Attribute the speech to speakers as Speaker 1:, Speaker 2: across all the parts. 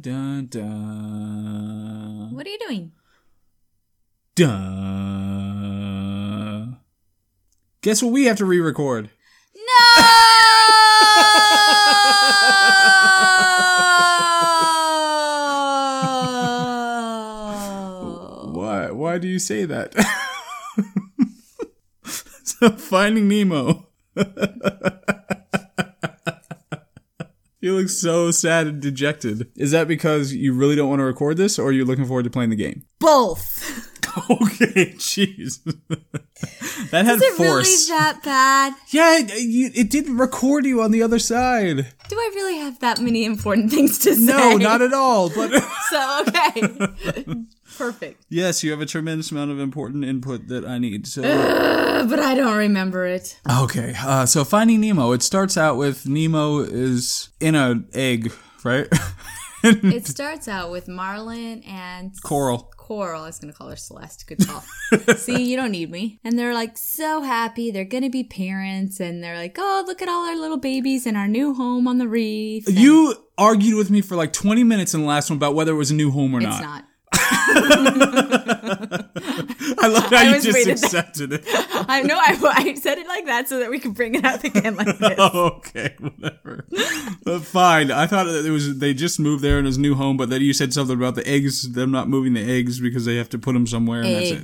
Speaker 1: Dun, dun.
Speaker 2: What are you doing?
Speaker 1: Dun. Guess what we have to re record?
Speaker 2: No!
Speaker 1: Why? Why do you say that? so Finding Nemo. you look so sad and dejected. Is that because you really don't want to record this, or you're looking forward to playing the game?
Speaker 2: Both.
Speaker 1: okay, jeez. that had
Speaker 2: Is it
Speaker 1: force.
Speaker 2: really that bad?
Speaker 1: yeah, it, you- it didn't record you on the other side.
Speaker 2: Do I really have that many important things to say?
Speaker 1: No, not at all. But
Speaker 2: So, okay. Perfect.
Speaker 1: yes, you have a tremendous amount of important input that I need. So.
Speaker 2: Uh, but I don't remember it.
Speaker 1: Okay, uh, so Finding Nemo. It starts out with Nemo is in a egg, right?
Speaker 2: It starts out with Marlin and
Speaker 1: Coral.
Speaker 2: Coral. I was going to call her Celeste. Good call. See, you don't need me. And they're like so happy. They're going to be parents. And they're like, oh, look at all our little babies in our new home on the reef. And
Speaker 1: You argued with me for like 20 minutes in the last one about whether it was a new home or
Speaker 2: It's
Speaker 1: not.
Speaker 2: not.
Speaker 1: I love how
Speaker 2: I
Speaker 1: you
Speaker 2: always
Speaker 1: just
Speaker 2: waited that.
Speaker 1: accepted it.
Speaker 2: I know I, I said it like that so that we could bring it up again like this.
Speaker 1: okay, whatever. But fine. I thought that it was they just moved there in his new home, but then you said something about the eggs. Them not moving the eggs because they have to put them somewhere, and that's it.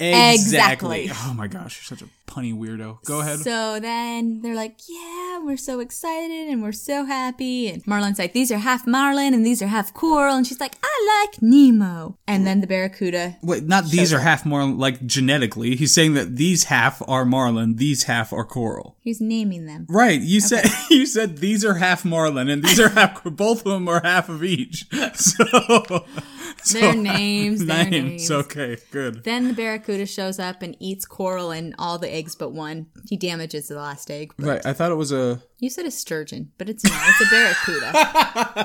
Speaker 2: Exactly.
Speaker 1: Oh my gosh, you're such a punny weirdo. Go ahead.
Speaker 2: So then they're like, yeah, we're so excited and we're so happy. And Marlin's like, these are half Marlin and these are half Coral. And she's like, I like Nemo. And then the Barracuda.
Speaker 1: Wait, not these are half marlin, like genetically. He's saying that these half are marlin, these half are coral.
Speaker 2: He's naming them.
Speaker 1: Right. You said you said these are half marlin and these are half. cor- Both of them are half of each. So
Speaker 2: Their names, their
Speaker 1: names.
Speaker 2: names.
Speaker 1: Okay. Good.
Speaker 2: Then the Barracuda shows up and eats Coral and all the eggs but one. He damages the last egg. But
Speaker 1: Right. I thought it was a
Speaker 2: you said a sturgeon, but it's not. It's a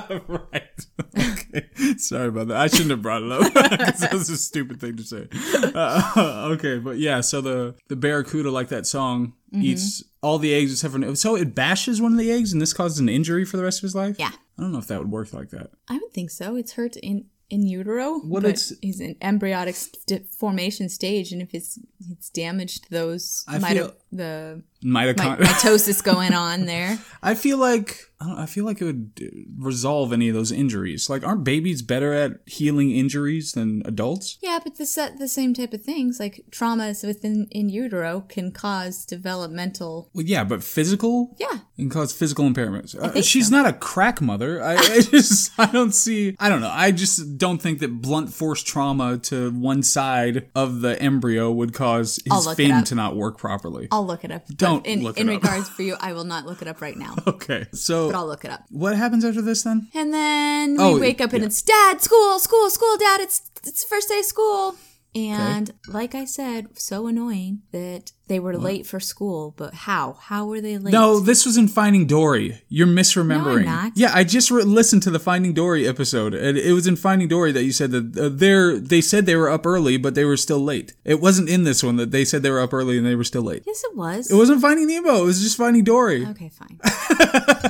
Speaker 2: Barracuda.
Speaker 1: right. Okay. Sorry about that. I shouldn't have brought it up 'cause that's a stupid thing to say. Uh, okay, but yeah. So the the barracuda, like that song, eats all the eggs except for so it bashes one of the eggs, and this causes an injury for the rest of his life.
Speaker 2: Yeah.
Speaker 1: I don't know if that would work like that.
Speaker 2: I would think so. It's hurt in in utero.
Speaker 1: What
Speaker 2: but
Speaker 1: it's-
Speaker 2: he's in embryonic st- formation stage, and if it's it's damaged those
Speaker 1: I
Speaker 2: mito-
Speaker 1: feel-
Speaker 2: the mi-
Speaker 1: Mitochondria.
Speaker 2: mitosis going on there.
Speaker 1: I feel like I don't. know, I feel like it would uh, resolve any of those injuries. Like, aren't babies better at healing injuries than adults?
Speaker 2: Yeah, but the set the same type of things like traumas within in utero can cause developmental.
Speaker 1: Well, yeah, but physical.
Speaker 2: Yeah,
Speaker 1: and cause physical impairments. Uh,
Speaker 2: think
Speaker 1: she's
Speaker 2: so.
Speaker 1: not a crack mother. I, I just I don't see. I don't know. I just don't think that blunt force trauma to one side of the embryo would cause
Speaker 2: I'll
Speaker 1: his
Speaker 2: look it
Speaker 1: fin
Speaker 2: up.
Speaker 1: to not work properly.
Speaker 2: I'll look it up. But
Speaker 1: Don't
Speaker 2: in,
Speaker 1: look it
Speaker 2: in
Speaker 1: up.
Speaker 2: regards for you. I will not look it up right now,
Speaker 1: Okay,
Speaker 2: but
Speaker 1: so
Speaker 2: I'll look it up.
Speaker 1: what happens after this then?
Speaker 2: And then we
Speaker 1: Oh,
Speaker 2: wake up and
Speaker 1: yeah.
Speaker 2: it's dad, school, school, school, dad, it's it's first day of school. And like I said, so annoying that they were late for school, but how? How were they late?
Speaker 1: No, this was in Finding Dory. You're misremembering.
Speaker 2: not.
Speaker 1: Yeah, I just re- listened to the Finding Dory episode, and it was in Finding Dory that you said that uh, they're they said they were up early, but they were still late. It wasn't in this one that they said they were up early and they were still late.
Speaker 2: Yes, it was.
Speaker 1: It wasn't Finding Nemo. It was just Finding Dory.
Speaker 2: okay, fine.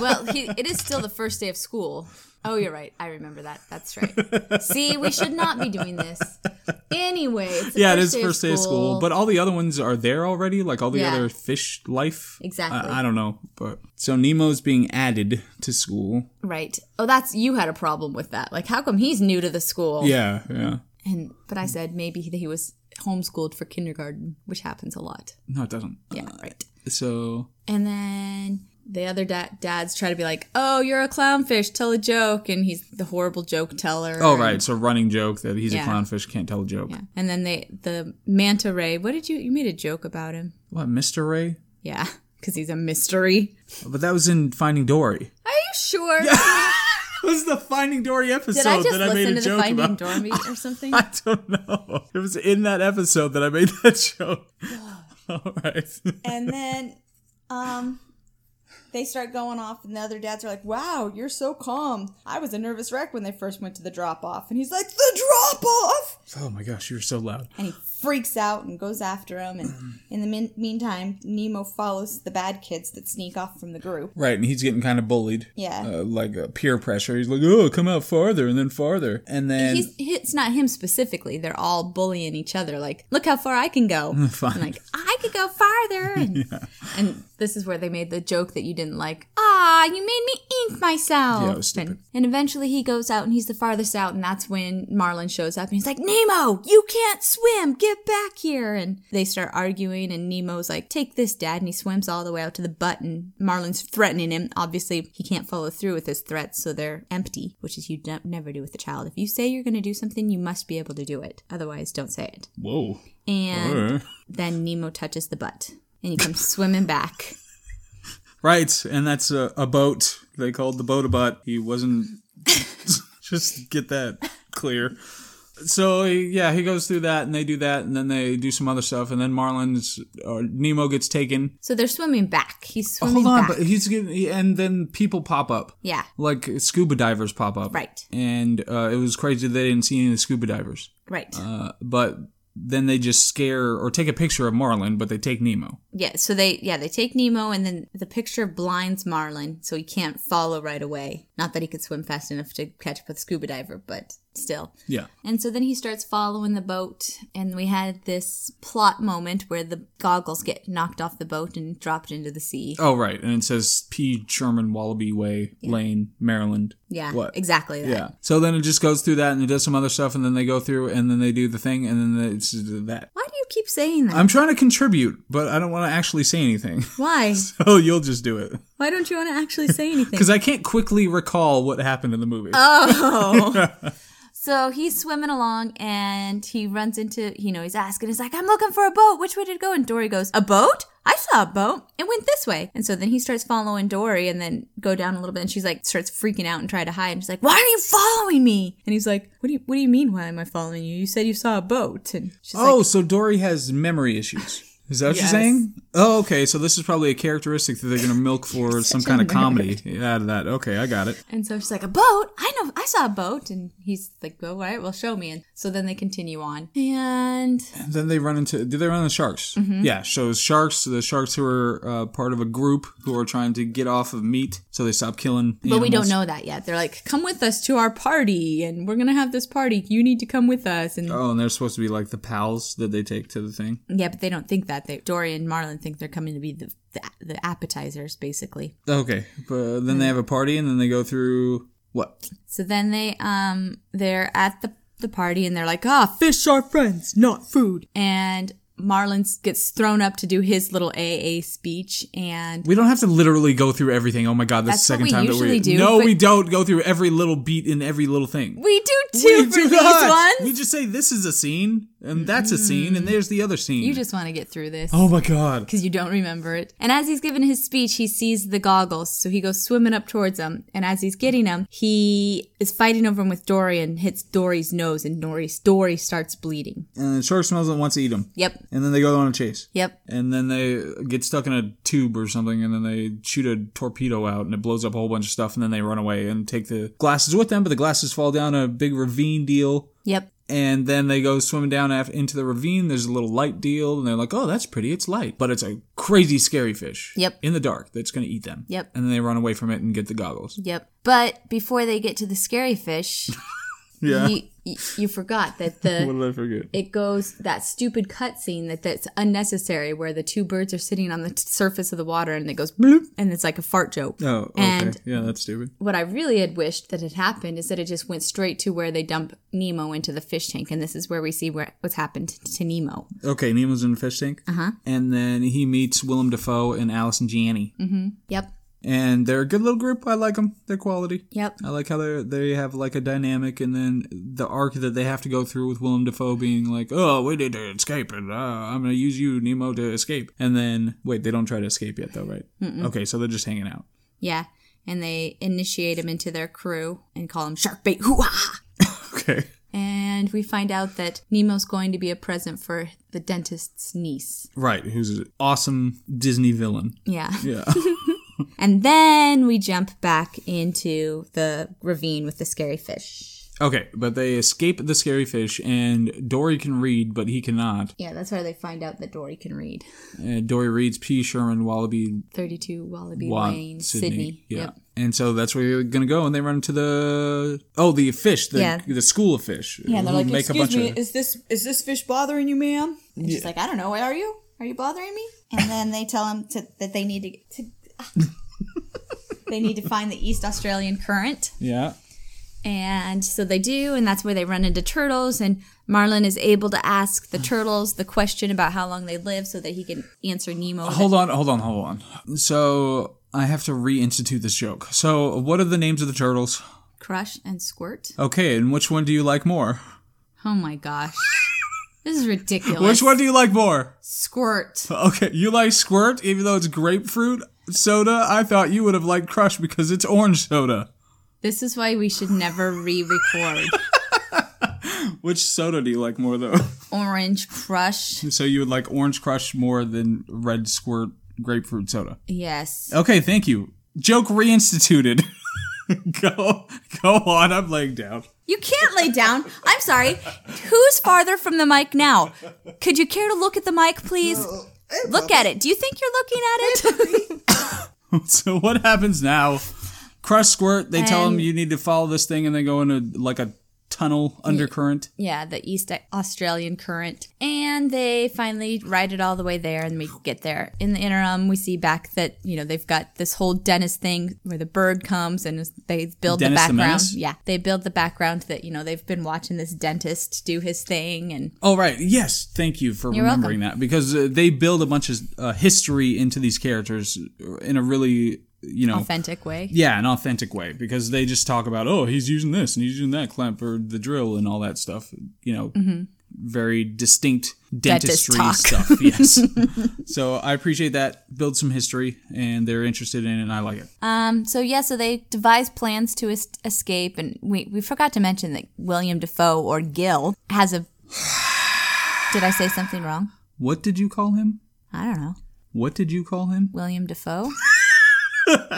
Speaker 2: well, he, it is still the first day of school. Oh, you're right. I remember that. That's right. See, we should not be doing this. Anyway, it's the
Speaker 1: yeah, it
Speaker 2: first
Speaker 1: is first day of school, but all the other ones are there already, like all the
Speaker 2: Yeah.
Speaker 1: other fish life.
Speaker 2: Exactly.
Speaker 1: I, I don't know, but so Nemo's being added to school.
Speaker 2: right. Oh, that's you had a problem with that. Like, how come he's new to the school?
Speaker 1: Yeah, yeah.
Speaker 2: And but
Speaker 1: Hmm.
Speaker 2: I said maybe he, he was homeschooled for kindergarten, which happens a lot.
Speaker 1: No, it doesn't.
Speaker 2: Yeah, right.
Speaker 1: So
Speaker 2: And then the other da- dads try to be like, "Oh, you're a clownfish. Tell a joke." And he's the horrible joke teller.
Speaker 1: oh right, so running joke that he's
Speaker 2: Yeah.
Speaker 1: a clownfish can't tell a joke.
Speaker 2: Yeah. And then they the manta ray. What did you you made a joke about him?
Speaker 1: What, Mister Ray?
Speaker 2: Yeah, because he's a mystery.
Speaker 1: But that was in Finding Dory.
Speaker 2: Are you sure?
Speaker 1: It was the Finding Dory episode
Speaker 2: Did I just
Speaker 1: that I made
Speaker 2: listen
Speaker 1: a
Speaker 2: to the
Speaker 1: joke
Speaker 2: Finding
Speaker 1: about.
Speaker 2: Dormy or something?
Speaker 1: I don't know. It was in that episode that I made that joke. All right.
Speaker 2: and then, um,
Speaker 3: They start going off, and the other dads are like, "Wow, you're so calm. I was a nervous wreck when they first went to the drop off." And he's like, "The drop off!"
Speaker 1: Oh my gosh, you were so loud.
Speaker 3: and he freaks out and goes after him. And in the min- meantime, Nemo follows the bad kids that sneak off from the group.
Speaker 1: Right, and he's getting kind of bullied.
Speaker 3: Yeah.
Speaker 1: Uh, like uh, peer pressure. He's like, oh, come out farther and then farther. And then.
Speaker 2: He's, it's not him specifically. They're all bullying each other. Like, look how far I can go.
Speaker 1: Fine.
Speaker 2: And like, I could go farther. And, and this is where they made the joke that you didn't like. Ah, you made me ink myself.
Speaker 1: Yeah, it was stupid.
Speaker 2: and, and eventually he goes out and he's the farthest out. And that's when Marlin shows up and he's like, Nemo, you can't swim. Get back here. And they start arguing. And Nemo's like, take this, dad. And he swims all the way out to the butt. And Marlin's threatening him. Obviously, he can't follow through with his threats. So they're empty, which is you don't, never do with a child. If you say you're going to do something, you must be able to do it. Otherwise, don't say it.
Speaker 1: Whoa.
Speaker 2: And.
Speaker 1: Alright.
Speaker 2: Then Nemo touches the butt and he comes swimming back.
Speaker 1: Right, and that's a, a boat. They called the boat a butt. He wasn't. just get that clear. So yeah, he goes through that, and they do that, and then they do some other stuff, and then Marlin's or Nemo gets taken.
Speaker 2: So they're swimming back. He's swimming
Speaker 1: Hold on,
Speaker 2: back.
Speaker 1: but he's getting, he- and then people pop up.
Speaker 2: yeah,
Speaker 1: Like scuba divers pop up,
Speaker 2: Right.
Speaker 1: And uh, it was crazy they didn't see any of the scuba divers,
Speaker 2: right.
Speaker 1: uh, but then they just scare or take a picture of Marlin, but they take Nemo.
Speaker 2: yeah, so they yeah, they take Nemo and then the picture blinds Marlin so he can't follow right away. Not that he could swim fast enough to catch up with scuba diver, but still.
Speaker 1: Yeah,
Speaker 2: And so then he starts following the boat, and we had this plot moment where the goggles get knocked off the boat and dropped into the sea.
Speaker 1: Oh, right. And it says P. Sherman Wallaby Way, Lane, Maryland.
Speaker 2: yeah,
Speaker 1: What?
Speaker 2: exactly. That.
Speaker 1: Yeah. So then it just goes through that and it does some other stuff and then they go through and then they do the thing and then it's that.
Speaker 2: Why do you keep saying that?
Speaker 1: I'm trying to contribute, but I don't want to actually say anything.
Speaker 2: Why?
Speaker 1: Oh, you'll just do it.
Speaker 2: Why don't you want to actually say anything?
Speaker 1: Because I can't quickly recall what happened in the movie.
Speaker 2: Oh. so he's swimming along and he runs into, you know, he's asking, he's like, I'm looking for a boat. Which way did it go? And Dory goes, A boat? I saw a boat. It went this way. And so then he starts following Dory and then go down a little bit and she's like, starts freaking out and try to hide. And she's like, Why are you following me? And he's like, What do you, what do you mean, why am I following you? You said you saw a boat. And she's
Speaker 1: oh,
Speaker 2: like,
Speaker 1: so Dory has memory issues. Is that what
Speaker 2: Yes.
Speaker 1: you're saying? Oh, okay. So this is probably a characteristic that they're going to milk for some kind of comedy out of that. Okay, I got it.
Speaker 2: And so she's like, a boat? I know, I saw a boat. And he's like, well, all right, well, show me. And so then they continue on. And
Speaker 1: then they run into do they run into sharks
Speaker 2: Mm-hmm.
Speaker 1: yeah so sharks the sharks who are uh, part of a group who are trying to get off of meat so they stop killing
Speaker 2: But we don't know that yet. They're like, come with us to our party, and we're gonna have this party. You need to come with us. And
Speaker 1: oh and they're supposed to be like the pals that they take to the thing
Speaker 2: yeah, but they don't think that. They Dory and Marlin think they're coming to be the the, the appetizers, basically.
Speaker 1: okay but then
Speaker 2: Mm.
Speaker 1: they have a party and then they go through what
Speaker 2: So then they um they're at the the party, and they're like, ah, fish are friends, not food. And Marlin gets thrown up to do his little AA speech, and
Speaker 1: we don't have to literally go through everything oh my god that's,
Speaker 2: That's
Speaker 1: the second
Speaker 2: what we
Speaker 1: time that
Speaker 2: usually
Speaker 1: we
Speaker 2: do,
Speaker 1: no
Speaker 2: but-
Speaker 1: we don't go through every little beat in every little thing
Speaker 2: we do two
Speaker 1: We
Speaker 2: for
Speaker 1: do
Speaker 2: these
Speaker 1: not.
Speaker 2: ones.
Speaker 1: we just say this is a scene and that's a scene and there's the other scene
Speaker 2: You just want to get through this.
Speaker 1: oh my god
Speaker 2: because you don't remember it. And as he's giving his speech, he sees the goggles, so he goes swimming up towards them. And as he's getting them, he is fighting over him with Dory and hits Dory's nose, and Dory's Dory starts bleeding.
Speaker 1: and the shark smells and wants to eat them
Speaker 2: Yep,
Speaker 1: and then they go on a chase
Speaker 2: yep.
Speaker 1: and then they get stuck in a tube or something, and then they shoot a torpedo out, and it blows up a whole bunch of stuff, and then they run away and take the glasses with them, but the glasses fall down a big ravine deal.
Speaker 2: Yep.
Speaker 1: And then they go swimming down af into the ravine. There's a little light deal, and they're like, "Oh, that's pretty. It's light, but it's a crazy scary fish.
Speaker 2: Yep.
Speaker 1: In the dark, that's going to eat them.
Speaker 2: Yep.
Speaker 1: And then they run away from it and get the goggles.
Speaker 2: Yep. But before they get to the scary fish,
Speaker 1: Yeah.
Speaker 2: you, you, you forgot that the
Speaker 1: did I forget?
Speaker 2: it goes that stupid cutscene that that's unnecessary where the two birds are sitting on the t- surface of the water and it goes bloop and it's like a fart joke.
Speaker 1: Oh, okay.
Speaker 2: And-
Speaker 1: yeah, that's stupid.
Speaker 2: what I really had wished that had happened is that it just went straight to where they dump Nemo into the fish tank, and this is where we see where, what's happened to Nemo.
Speaker 1: Okay, Nemo's in the fish tank. Uh huh. And then he meets Willem Dafoe and Allison Janney.
Speaker 2: Yep,
Speaker 1: and they're a good little group. I like them. They're quality.
Speaker 2: yep,
Speaker 1: I like how they they have like a dynamic, and then the arc that they have to go through with Willem Dafoe being like, "Oh, we need to escape, and uh, I'm gonna use you, Nemo, to escape." And then wait, they don't try to escape yet, though, right? Okay, so they're just hanging out.
Speaker 2: yeah. And they initiate him into their crew and call him shark bait. Hoo-ah!
Speaker 1: Okay,
Speaker 2: And we find out that Nemo's going to be a present for the dentist's niece.
Speaker 1: right? Who's an awesome Disney villain?
Speaker 2: Yeah.
Speaker 1: Yeah.
Speaker 2: and then we jump back into the ravine with the scary fish.
Speaker 1: Okay, but they escape the scary fish, and Dory can read, but he cannot.
Speaker 2: Yeah, that's where they find out that Dory can read.
Speaker 1: And Dory reads P. Sherman Wallaby
Speaker 2: 32 Wallaby
Speaker 1: Lane,
Speaker 2: Lane,
Speaker 1: Sydney.
Speaker 2: Sydney.
Speaker 1: Yeah.
Speaker 2: Yep.
Speaker 1: And so that's where you're gonna go, and they run into the oh the fish, the
Speaker 2: Yeah.
Speaker 1: the school of fish.
Speaker 3: Yeah, and they're
Speaker 1: who
Speaker 3: like,
Speaker 1: Mm-hmm. make a
Speaker 3: "Excuse
Speaker 1: bunch
Speaker 3: me,
Speaker 1: of
Speaker 3: is this is this fish bothering you, ma'am?" And she's like, "I don't know. Why are you? Are you bothering me?" And then they tell him to, that they need to, to
Speaker 2: They need to find the East Australian current.
Speaker 1: yeah.
Speaker 2: And so they do, and that's where they run into turtles. And Marlin is able to ask the turtles the question about how long they live so that he can answer Nemo. that-
Speaker 1: Hold on, hold on, hold on. So I have to reinstitute this joke. So what are the names of the turtles?
Speaker 2: Crush and squirt.
Speaker 1: Okay, and which one do you like more?
Speaker 2: Oh my gosh. this is ridiculous.
Speaker 1: Which one do you like more?
Speaker 2: Squirt.
Speaker 1: Okay, you like squirt, even though it's grapefruit soda. I thought you would have liked crush because it's orange soda.
Speaker 2: This is why we should never re record.
Speaker 1: Which soda do you like more though?
Speaker 2: Orange crush.
Speaker 1: so you would like orange crush more than red squirt grapefruit soda.
Speaker 2: Yes.
Speaker 1: Okay, thank you. Joke reinstituted. go go on, I'm laying down.
Speaker 2: You can't lay down. I'm sorry. Who's farther from the mic now? Could you care to look at the mic, please? Look at it. Do you think you're looking at it?
Speaker 1: So what happens now? Crush squirt, they tell him
Speaker 2: And-
Speaker 1: you need to follow this thing and they go into like a tunnel undercurrent.
Speaker 2: yeah, the East Australian current. And they finally ride it all the way there and we get there. In the interim, we see back that, you know, they've got this whole Dennis thing where the bird comes and is- they build
Speaker 1: Dennis the
Speaker 2: the background.
Speaker 1: Menace?
Speaker 2: yeah. They build the background that, you know, they've been watching this dentist do his thing and
Speaker 1: Oh right, yes. Thank you for remembering that because uh, they build a bunch of uh, history into these characters in a really, you know,
Speaker 2: authentic way.
Speaker 1: yeah, an authentic way because they just talk about oh he's using this and he's using that clamp or the drill and all that stuff. You know, very distinct
Speaker 2: Mm-hmm. Dentist
Speaker 1: dentistry
Speaker 2: talk.
Speaker 1: stuff. Yes. so I appreciate that. Build some history, and they're interested in it. and I like it.
Speaker 2: Um, so yeah, so they devise plans to es- escape, and we we forgot to mention that William Defoe or Gill has a. Did I say something wrong?
Speaker 1: What did you call him?
Speaker 2: I don't know.
Speaker 1: What did you call him?
Speaker 2: William Defoe.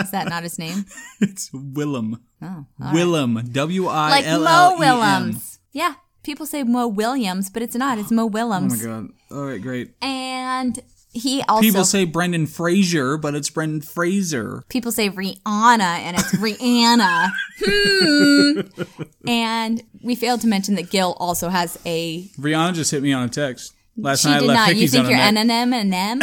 Speaker 2: Is that not his name?
Speaker 1: It's Willem.
Speaker 2: Oh,
Speaker 1: Willem. W i
Speaker 2: like
Speaker 1: l
Speaker 2: Mo
Speaker 1: l e m.
Speaker 2: Willems. Yeah, people say Mo Williams, but it's not. It's Mo
Speaker 1: Oh my
Speaker 2: Willems.
Speaker 1: god. All right, great.
Speaker 2: and he also
Speaker 1: People say Brendan Fraser, but it's Brendan Fraser.
Speaker 2: people say Rihanna and it's Rihanna. hmm. And we failed to mention that Gil also has a
Speaker 1: Rihanna just hit me on a text. Last
Speaker 2: She
Speaker 1: night I
Speaker 2: did
Speaker 1: left
Speaker 2: not. You
Speaker 1: Hickey's
Speaker 2: think
Speaker 1: on
Speaker 2: you're
Speaker 1: a neck.
Speaker 2: an M and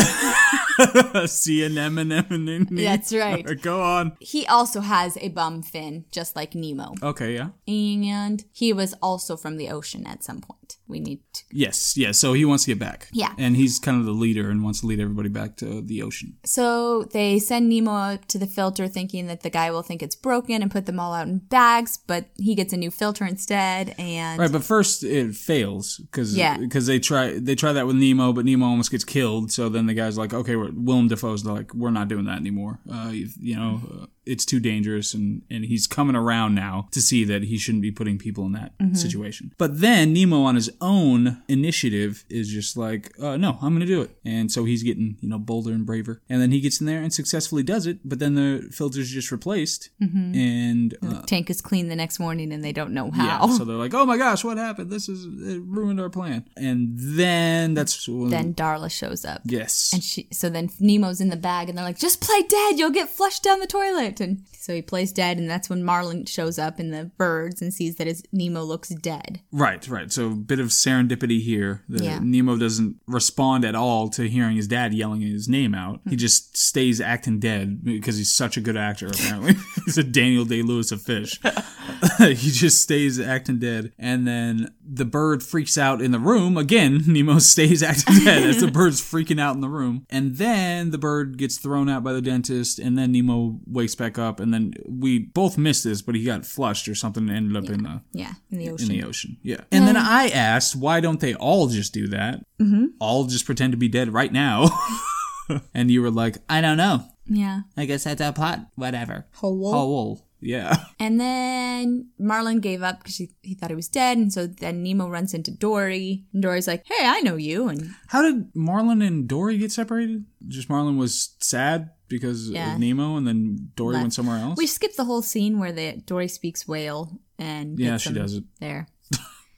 Speaker 2: M?
Speaker 1: C and M and M and M.
Speaker 2: That's right.
Speaker 1: Go on.
Speaker 2: He also has a bum fin, just like Nemo,
Speaker 1: Okay, yeah.
Speaker 2: and he was also from the ocean at some point. We need to.
Speaker 1: Yes, yes. So he wants to get back.
Speaker 2: Yeah.
Speaker 1: And he's kind of the leader and wants to lead everybody back to the ocean.
Speaker 2: So they send Nemo up to the filter, thinking that the guy will think it's broken and put them all out in bags, but he gets a new filter instead, and
Speaker 1: Right, but first it fails because
Speaker 2: Yeah.
Speaker 1: they try they try that with Nemo, but Nemo almost gets killed. So then the guy's like, okay, we're, Willem Dafoe's like, we're not doing that anymore. Uh, you, you know, uh, it's too dangerous, and and he's coming around now to see that he shouldn't be putting people in that situation. But then Nemo, on his own initiative, is just like, uh, no, I'm going to do it, and so he's getting you know bolder and braver, and then he gets in there and successfully does it. But then the filter's just replaced, and uh,
Speaker 2: tank is clean the next morning, and they don't know
Speaker 1: yeah.
Speaker 2: how.
Speaker 1: So they're like, "Oh my gosh, what happened? This is it ruined our plan." And then that's when-
Speaker 2: then Darla shows up.
Speaker 1: yes,
Speaker 2: And she, so then Nemo's in the bag, and they're like, "Just play dead. You'll get flushed down the toilet." And so he plays dead, and that's when Marlin shows up in the birds and sees that his Nemo looks dead.
Speaker 1: right, right. So a bit of serendipity here. The,
Speaker 2: Yeah.
Speaker 1: Nemo doesn't respond at all to hearing his dad yelling his name out.
Speaker 2: Hmm.
Speaker 1: He just stays acting dead because he's such a good actor. Apparently, he's a Daniel Day Lewis of fish. he just stays acting dead, and then the bird freaks out in the room again. Nemo stays acting dead as the bird's freaking out in the room, and then the bird gets thrown out by the dentist, and then Nemo wakes back up, and then we both missed this, but he got flushed or something and ended up in the
Speaker 2: Yeah, in the ocean.
Speaker 1: in the ocean. Yeah. And then I asked, why don't they all just do that? Mm-hmm. All just pretend to be dead right now. and you were like, I don't know.
Speaker 2: yeah.
Speaker 1: I guess that's a plot. Whatever.
Speaker 2: Hello.
Speaker 1: Oh, well, yeah.
Speaker 2: And then Marlin gave up because he thought he was dead, and so then Nemo runs into Dory, and Dory's like, "Hey, I know you." And
Speaker 1: How did Marlin and Dory get separated? Just Marlin was sad because
Speaker 2: Yeah.
Speaker 1: of Nemo, and then Dory
Speaker 2: Left.
Speaker 1: went somewhere else.
Speaker 2: We skipped the whole scene where the Dory speaks whale and
Speaker 1: Yeah,
Speaker 2: gets
Speaker 1: she
Speaker 2: them
Speaker 1: does it.
Speaker 2: there.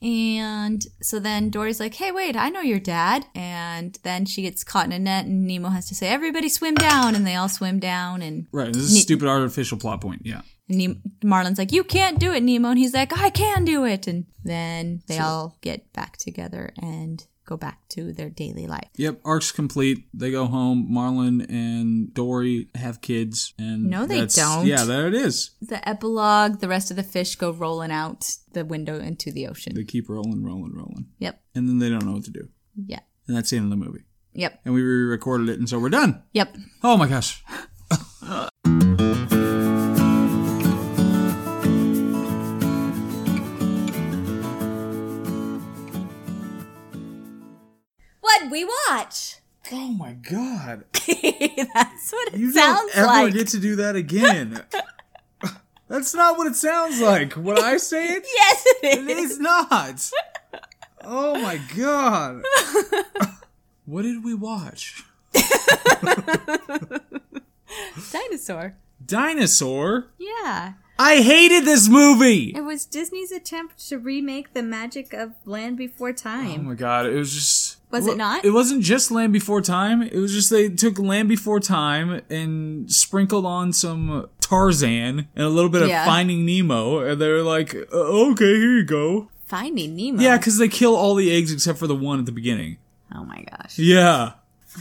Speaker 2: and so then Dory's like, "Hey, wait, I know your dad." And then she gets caught in a net, and Nemo has to say, "Everybody swim down," and they all swim down. And
Speaker 1: right, this is a stupid artificial plot point. Yeah,
Speaker 2: Nemo, Marlin's like, "You can't do it, Nemo," and he's like, "I can do it." And then they all get back together and go back to their daily life.
Speaker 1: yep. Arc's complete. They go home. Marlin and Dory have kids, and
Speaker 2: No, they
Speaker 1: that's-
Speaker 2: don't.
Speaker 1: Yeah, there it is.
Speaker 2: The epilogue: the rest of the fish go rolling out the window into the ocean.
Speaker 1: They keep rolling, rolling, rolling,
Speaker 2: Yep.
Speaker 1: and then they don't know what to do,
Speaker 2: Yeah.
Speaker 1: and that's the end of the movie.
Speaker 2: Yep.
Speaker 1: And we re-recorded it, and so we're done.
Speaker 2: Yep.
Speaker 1: Oh my gosh.
Speaker 2: What we watch?
Speaker 1: Oh my god.
Speaker 2: That's what it
Speaker 1: You
Speaker 2: sounds
Speaker 1: don't ever
Speaker 2: like.
Speaker 1: get to do that again. That's not what it sounds like. When I say it,
Speaker 2: yes, it
Speaker 1: it
Speaker 2: is.
Speaker 1: is not. Oh my god. what did we watch?
Speaker 2: Dinosaur.
Speaker 1: Dinosaur?
Speaker 2: Yeah.
Speaker 1: I hated this movie.
Speaker 2: It was Disney's attempt to remake the magic of Land Before
Speaker 1: Oh
Speaker 2: Time.
Speaker 1: my god, it was just
Speaker 2: Was it not?
Speaker 1: It wasn't just Land Before Time. It was just they took Land Before Time and sprinkled on some Tarzan and a little bit of
Speaker 2: Yeah.
Speaker 1: Finding Nemo, and they were like, "Uh, "Okay, here you go."
Speaker 2: Oh. Finding Nemo.
Speaker 1: Yeah, because they kill all the eggs except for the one at the beginning.
Speaker 2: Oh my gosh.
Speaker 1: Yeah.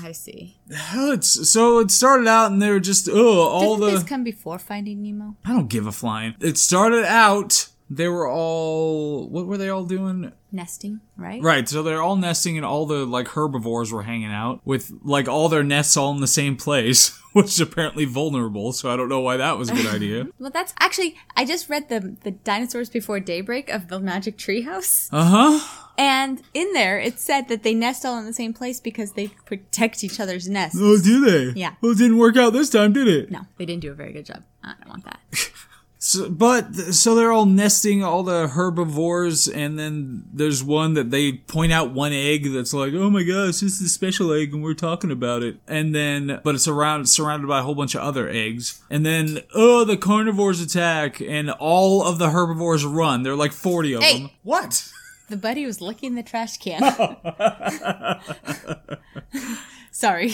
Speaker 2: I see.
Speaker 1: Hell, it's- so it started out and they were just, oh, all
Speaker 2: Didn't
Speaker 1: the.
Speaker 2: this come before Finding Nemo?
Speaker 1: I don't give a flying. It started out, they were all. What were they all doing?
Speaker 2: Nesting, right?
Speaker 1: Right, so they're all nesting and all the, like, herbivores were hanging out with, like, all their nests all in the same place, which is apparently vulnerable, so I don't know why that was a good idea.
Speaker 2: Well, that's actually I just read the the dinosaurs before daybreak of the Magic Tree House,
Speaker 1: Uh huh.
Speaker 2: and in there it said that they nest all in the same place because they protect each other's nests.
Speaker 1: Oh, do they?
Speaker 2: Yeah.
Speaker 1: Well, it didn't work out this time, did it?
Speaker 2: No, they didn't do a very good job. I don't want that.
Speaker 1: So, but so they're all nesting all the herbivores, and then there's one that they point out one egg that's like, oh my gosh, this is the special egg, and we're talking about it. And then, but it's around surrounded by a whole bunch of other eggs. And then, oh, the carnivores attack, and all of the herbivores run. There are like forty of
Speaker 2: Hey.
Speaker 1: them. What?
Speaker 2: The buddy was licking the trash can. Sorry.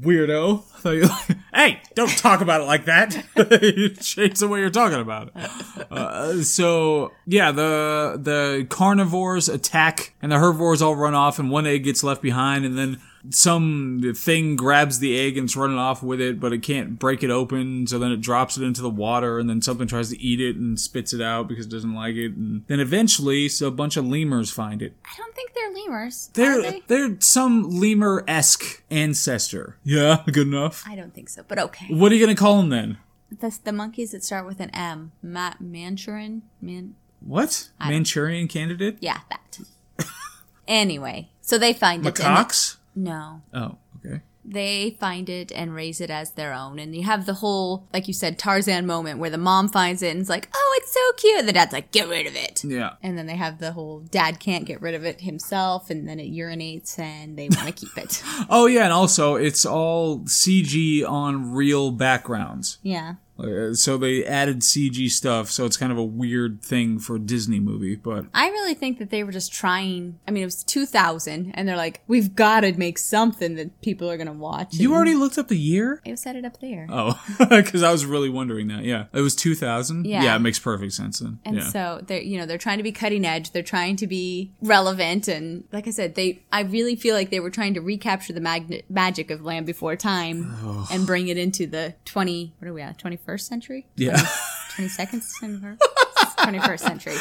Speaker 1: Weirdo. I thought you were- hey, don't talk about it like that. it shapes the way you're talking about it. Uh, so yeah, the the carnivores attack and the herbivores all run off, and one egg gets left behind, and then some thing grabs the egg and it's running off with it, but it can't break it open, so then it drops it into the water, and then something tries to eat it and spits it out because it doesn't like it, and then eventually, so a bunch of lemurs find it.
Speaker 2: I don't think they're lemurs.
Speaker 1: They're
Speaker 2: are they?
Speaker 1: they're some lemur esque ancestor. Yeah, good enough.
Speaker 2: I don't think so, but okay.
Speaker 1: What are you gonna call them then?
Speaker 2: That's the monkeys that start with an M. Ma- Manchurin? Man-
Speaker 1: What Manchurian candidate?
Speaker 2: yeah, that. anyway, so they find it. and-
Speaker 1: Macaques?
Speaker 2: No.
Speaker 1: Oh, okay.
Speaker 2: They find it and raise it as their own. And you have the whole, like you said, Tarzan moment where the mom finds it and is like, oh, it's so cute. And the dad's like, get rid of it.
Speaker 1: Yeah.
Speaker 2: And then they have the whole dad can't get rid of it himself, and then it urinates, and they want to keep it.
Speaker 1: Oh yeah, and also it's all CG on real backgrounds.
Speaker 2: Yeah.
Speaker 1: Uh, So they added CG stuff, so it's kind of a weird thing for a Disney movie, but
Speaker 2: I really think that they were just trying. I mean, it was 2000, and they're like, we've got to make something that people are going to watch.
Speaker 1: you already looked up the year?
Speaker 2: It set it up there.
Speaker 1: Oh, because I was really wondering that. Yeah, it was two thousand.
Speaker 2: Yeah.
Speaker 1: it makes perfect sense then.
Speaker 2: And
Speaker 1: yeah.
Speaker 2: so they're, you know, they're trying to be cutting edge. They're trying to be relevant. And like I said, they, I really feel like they were trying to recapture the mag- magic of Land Before Time
Speaker 1: Oh.
Speaker 2: and bring it into the 20, what are we at? 21st century?
Speaker 1: yeah.
Speaker 2: 22nd century? 21st century.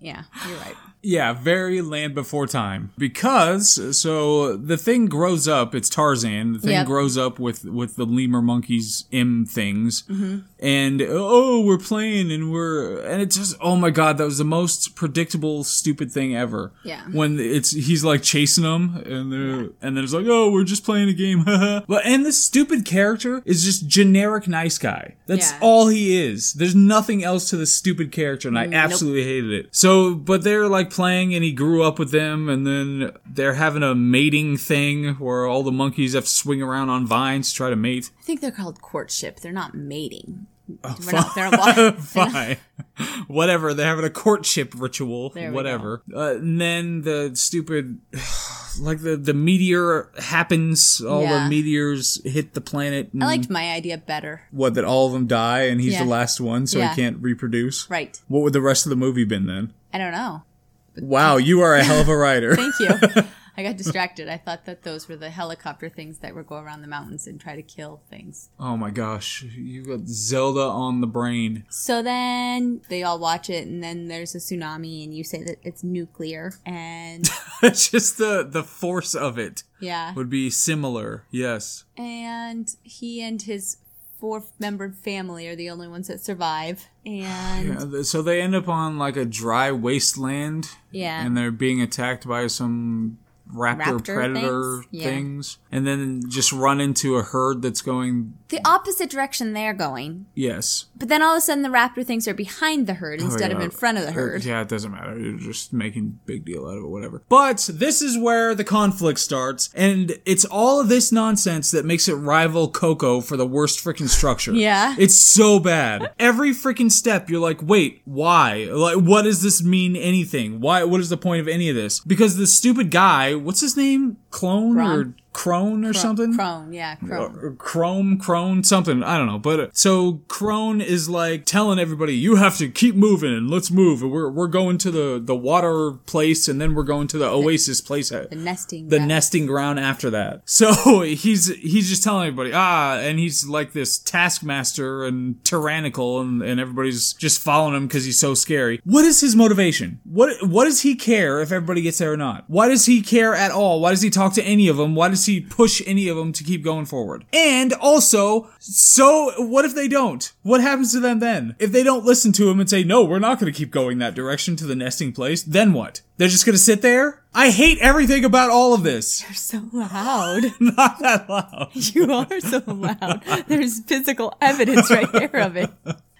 Speaker 2: Yeah, you're right.
Speaker 1: Yeah, very land before time. Because so the thing grows up, it's Tarzan. The thing
Speaker 2: Yep.
Speaker 1: grows up with with the lemur monkeys M things.
Speaker 2: Mm-hmm.
Speaker 1: And oh, we're playing and we're and it's just oh my god, that was the most predictable stupid thing ever.
Speaker 2: Yeah.
Speaker 1: When it's he's like chasing them and they're and then it's like, "Oh, we're just playing a game." haha. but and this stupid character is just generic nice guy. That's
Speaker 2: Yeah.
Speaker 1: all
Speaker 2: Mm,
Speaker 1: all he is. There's nothing else to the stupid character, and I absolutely hated it. So, but they're like playing and he grew up with them and then they're having a mating thing where all the monkeys have to swing around on vines to try to mate.
Speaker 2: I think they're called courtship. They're not mating. We're not- they're not-
Speaker 1: Fine. whatever. They're having a courtship ritual.
Speaker 2: There we
Speaker 1: whatever. Uh, and then the stupid, like the, the meteor happens. All
Speaker 2: Yeah.
Speaker 1: the meteors hit the planet. And
Speaker 2: I liked my idea better.
Speaker 1: what, that all of them die and he's
Speaker 2: Yeah.
Speaker 1: the last one, so
Speaker 2: Yeah.
Speaker 1: he can't reproduce?
Speaker 2: Right.
Speaker 1: What would the rest of the movie been then?
Speaker 2: I don't know.
Speaker 1: Wow, you are a hell of a writer.
Speaker 2: Thank you. I got distracted. I thought that those were the helicopter things that would go around the mountains and try to kill things.
Speaker 1: oh my gosh, you got Zelda on the brain.
Speaker 2: So then they all watch it, and then there's a tsunami, and you say that it's nuclear, and
Speaker 1: Just the the force of it
Speaker 2: yeah,
Speaker 1: would be similar. Yes.
Speaker 2: and he and his four-membered family are the only ones that survive, and
Speaker 1: Yeah, th- so they end up on like a dry wasteland.
Speaker 2: Yeah.
Speaker 1: And they're being attacked by some raptor,
Speaker 2: Raptor
Speaker 1: predator
Speaker 2: things?
Speaker 1: things.
Speaker 2: Yeah.
Speaker 1: and then just run into a herd that's going
Speaker 2: the opposite direction they're going.
Speaker 1: yes.
Speaker 2: But then all of a sudden, the raptor things are behind the herd instead
Speaker 1: Oh, yeah. Uh,
Speaker 2: of
Speaker 1: Er,
Speaker 2: in front of the herd.
Speaker 1: Yeah, it doesn't matter. You're just making big deal out of it, whatever. But this is where the conflict starts, and it's all of this nonsense that makes it rival Coco for the worst freaking structure.
Speaker 2: Yeah.
Speaker 1: it's so bad. Every freaking step, you're like, wait, why? Like, what does this mean? Anything? Why? What is the point of any of this? Because the stupid guy, what's his name? Clone or Crone or something?
Speaker 2: Crone, yeah, crone.
Speaker 1: or Chrome, Crone, something. I don't know. But uh, so Crone is like telling everybody, you have to keep moving and let's move. And we're, we're going to the, the water place and then we're going to the oasis place. uh,
Speaker 2: The nesting.
Speaker 1: the
Speaker 2: ground.
Speaker 1: nesting ground after that. So he's he's just telling everybody, ah, and he's like this taskmaster and tyrannical, and, and everybody's just following him because he's so scary. What is his motivation? What what does he care if everybody gets there or not? Why does he care at all? Why does he talk to any of them? Why does he push any of them to keep going forward? And also, so what if they don't? What happens to them then? If they don't listen to him and say, no, we're not going to keep going that direction to the nesting place, then what? They're just going to sit there? I hate everything about all of this.
Speaker 2: You're so loud.
Speaker 1: Not that loud.
Speaker 2: You are so loud. There's physical evidence right there of it.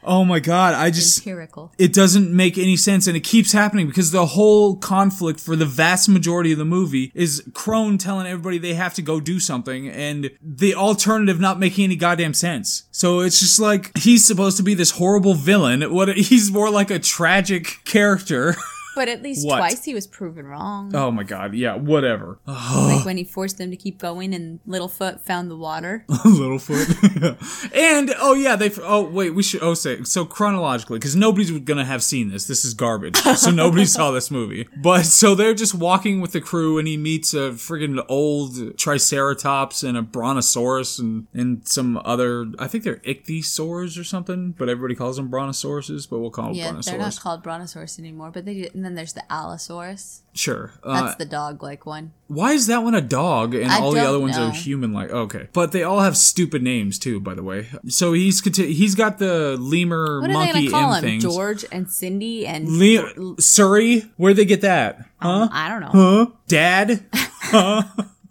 Speaker 1: Oh my god, I just
Speaker 4: Empirical.
Speaker 1: it doesn't make any sense and it keeps happening because the whole conflict for the vast majority of the movie is Crone telling everybody they have to go do something and the alternative not making any goddamn sense. So it's just like he's supposed to be this horrible villain. What he's more like a tragic character.
Speaker 2: But at least
Speaker 1: What?
Speaker 2: twice he was proven wrong.
Speaker 1: Oh my god, yeah, whatever.
Speaker 2: Like when he forced them to keep going and Littlefoot found the water.
Speaker 1: Littlefoot. and oh yeah, they. Oh wait, we should. Oh say so chronologically because nobody's gonna have seen this. This is garbage. So nobody saw this movie. But so they're just walking with the crew, and he meets a friggin' old Triceratops and a Brontosaurus and and some other. I think they're ichthyosaurs or something, but everybody calls them Brontosauruses. But we'll call them
Speaker 2: Yeah, they're not
Speaker 1: Brontosaurus.
Speaker 2: called Brontosaurus anymore, but they did. And then there's the Allosaurus.
Speaker 1: sure. Uh,
Speaker 2: That's the dog like one.
Speaker 1: why is that one a dog and
Speaker 2: I
Speaker 1: all the
Speaker 2: don't
Speaker 1: other ones
Speaker 2: know.
Speaker 1: are human like okay but they all have stupid names too by the way so he's conti- he's got the lemur
Speaker 2: What are
Speaker 1: monkey
Speaker 2: they going to call
Speaker 1: M
Speaker 2: him?
Speaker 1: things
Speaker 2: George and Cindy and.
Speaker 1: Le- Surrey where'd they get that huh
Speaker 2: I don't
Speaker 1: huh
Speaker 2: know.
Speaker 1: dad huh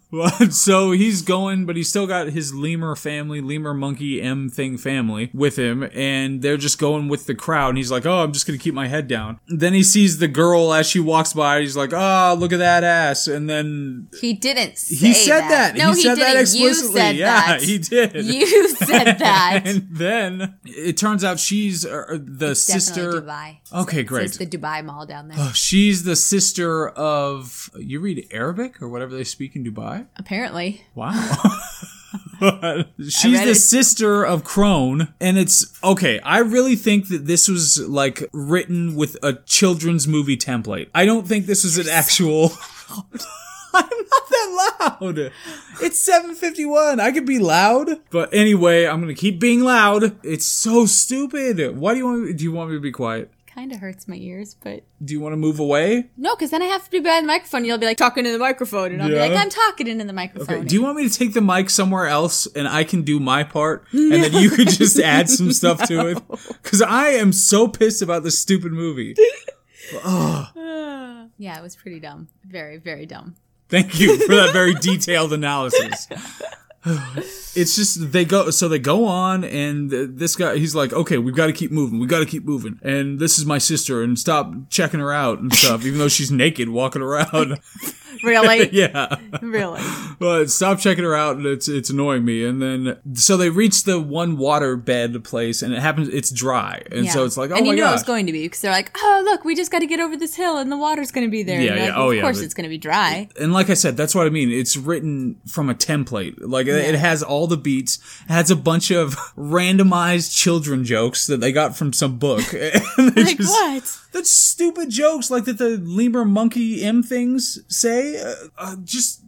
Speaker 1: What? so he's going but he's still got his lemur family lemur monkey M thing family with him and they're just going with the crowd and he's like oh I'm just gonna keep my head down then he sees the girl as she walks by he's like ah look at that ass and then
Speaker 2: He didn't say
Speaker 1: he said that.
Speaker 2: No,
Speaker 1: he,
Speaker 2: he,
Speaker 1: said
Speaker 2: didn't.
Speaker 1: that explicitly.
Speaker 2: You said
Speaker 1: yeah,
Speaker 2: that.
Speaker 1: he did.
Speaker 2: You said that.
Speaker 1: and then it turns out she's uh, the sister.
Speaker 2: Definitely Dubai.
Speaker 1: Okay,
Speaker 2: So
Speaker 1: great.
Speaker 2: It's the Dubai Mall down there.
Speaker 1: she's the sister of. You read Arabic or whatever they speak in Dubai?
Speaker 2: Apparently.
Speaker 1: Wow. She's
Speaker 2: read
Speaker 1: the
Speaker 2: it.
Speaker 1: sister of Crone, and it's okay. I really think that this was like written with a children's movie template. I don't think this was an actual. I'm not that loud. It's 7:51. I could be loud, but anyway, I'm gonna keep being loud. It's so stupid. Why do you want? Me, do you want me to be quiet?
Speaker 2: Kind of hurts my ears, but
Speaker 1: Do you want to move away?
Speaker 2: no, because then I have to be behind the microphone. You'll be like talking into the microphone, and I'll
Speaker 1: Yeah.
Speaker 2: be like, I'm talking into the microphone.
Speaker 1: Do you want me to take the mic somewhere else and I can do my part and then you could just add some stuff to it? Because I am so pissed about this stupid movie.
Speaker 2: yeah, it was pretty dumb. Very, very dumb.
Speaker 1: Thank you for that very detailed analysis. it's just they go so they go on and th- this guy he's like okay we've got to keep moving we got to keep moving and this is my sister and stop checking her out and stuff even though she's naked walking around
Speaker 2: Really?
Speaker 1: yeah
Speaker 2: Really?
Speaker 1: but stop checking her out and it's it's annoying me and then so they reach the one water bed place and it happens it's dry and so it's like oh
Speaker 2: and
Speaker 1: my
Speaker 2: you know
Speaker 1: gosh
Speaker 2: it's going to be because they're like, oh look, we just got to get over this hill and the water's going to be there.
Speaker 1: Yeah,
Speaker 2: And you're
Speaker 1: yeah.
Speaker 2: like,
Speaker 1: Oh,
Speaker 2: of
Speaker 1: yeah,
Speaker 2: course
Speaker 1: but-
Speaker 2: it's going to be dry.
Speaker 1: and like I said, that's what I mean. It's written from a template. Like it- it has all the beats, has a bunch of randomized children jokes that they got from some book. And they
Speaker 2: Like
Speaker 1: just-
Speaker 2: what?
Speaker 1: That's stupid jokes, like that the lemur monkey M things say. Uh, uh, just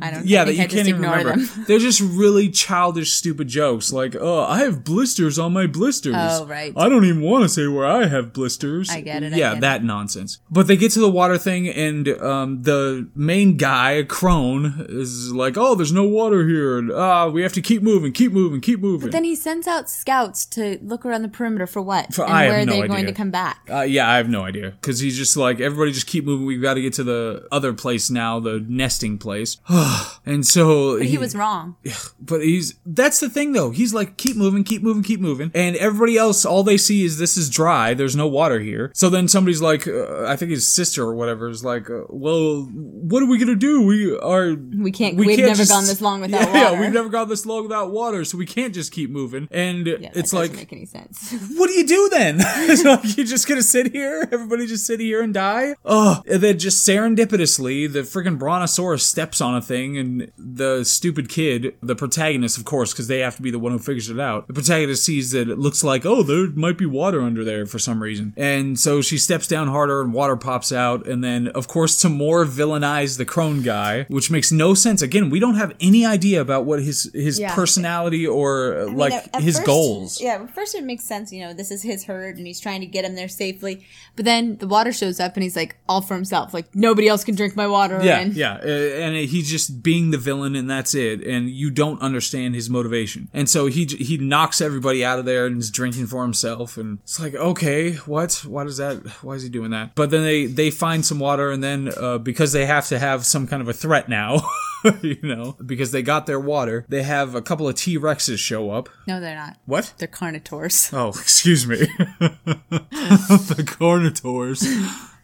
Speaker 2: I don't.
Speaker 1: yeah,
Speaker 2: I
Speaker 1: that
Speaker 2: think
Speaker 1: you
Speaker 2: I just
Speaker 1: can't even
Speaker 2: ignore
Speaker 1: remember.
Speaker 2: them.
Speaker 1: They're just really childish, stupid jokes. Like, oh, I have blisters on my blisters.
Speaker 2: Oh, right.
Speaker 1: I don't even want to say where I have blisters.
Speaker 2: I get it, I
Speaker 1: Yeah,
Speaker 2: get it.
Speaker 1: that nonsense. But they get to the water thing, and um, the main guy, Crone, is like, oh, there's no water here. And, ah, we have to keep moving, keep moving, keep moving.
Speaker 2: Then he sends out scouts to look around the perimeter for what
Speaker 1: For-
Speaker 2: and
Speaker 1: I have
Speaker 2: where
Speaker 1: no
Speaker 2: they're going
Speaker 1: idea.
Speaker 2: to come back.
Speaker 1: Uh, yeah, I have no idea. Because he's just like, everybody just keep moving. We've got to get to the other place now, the nesting place. and so
Speaker 2: But he was wrong.
Speaker 1: But he's that's the thing though. He's like, keep moving, keep moving, keep moving, and everybody else, all they see is this is dry. There's no water here. So then somebody's like, uh, I think his sister or whatever is like, uh, well, what are we gonna do? We are.
Speaker 2: We can't. We have
Speaker 1: can't
Speaker 2: never
Speaker 1: just-
Speaker 2: gone this long without
Speaker 1: yeah,
Speaker 2: water.
Speaker 1: Yeah, we've never gone this long without water, so we can't just keep moving. And
Speaker 2: Yeah, that
Speaker 1: it's
Speaker 2: doesn't
Speaker 1: like,
Speaker 2: make any sense.
Speaker 1: what do you do then? It's like, you just gonna sit here? Everybody just sit here and die? Ugh. And then just serendipitously, the freaking brontosaurus steps on a thing, and the stupid kid, the protagonist, of course, because they have to be the one who figures it out. The protagonist sees that it looks like, oh, there might be water under there for some reason, and so she steps down harder, and water pops out, and then, of course, to more villainize the crone guy, which makes no sense. Again, we don't have any idea about what his his
Speaker 5: Yeah.
Speaker 1: personality or uh, like
Speaker 2: at-
Speaker 1: his
Speaker 2: first-
Speaker 1: goals.
Speaker 2: Yeah, at first it makes sense. You know, this is his herd, and he's trying to get him there safely. But then the water shows up, and he's like, all for himself. Like nobody else can drink my water.
Speaker 1: Yeah,
Speaker 2: and
Speaker 1: yeah, uh, and he's just being the villain, and that's it. And you don't understand his motivation, and so he j- he knocks everybody out of there and is drinking for himself. And it's like, okay, what? Why does that? Why is he doing that? But then they they find some water, and then uh, because they have to have some kind of a threat now. you know, because they got their water, they have a couple of T Rexes show up.
Speaker 2: No, they're not.
Speaker 1: What?
Speaker 2: They're carnivores.
Speaker 1: Oh, excuse me. the Carnitors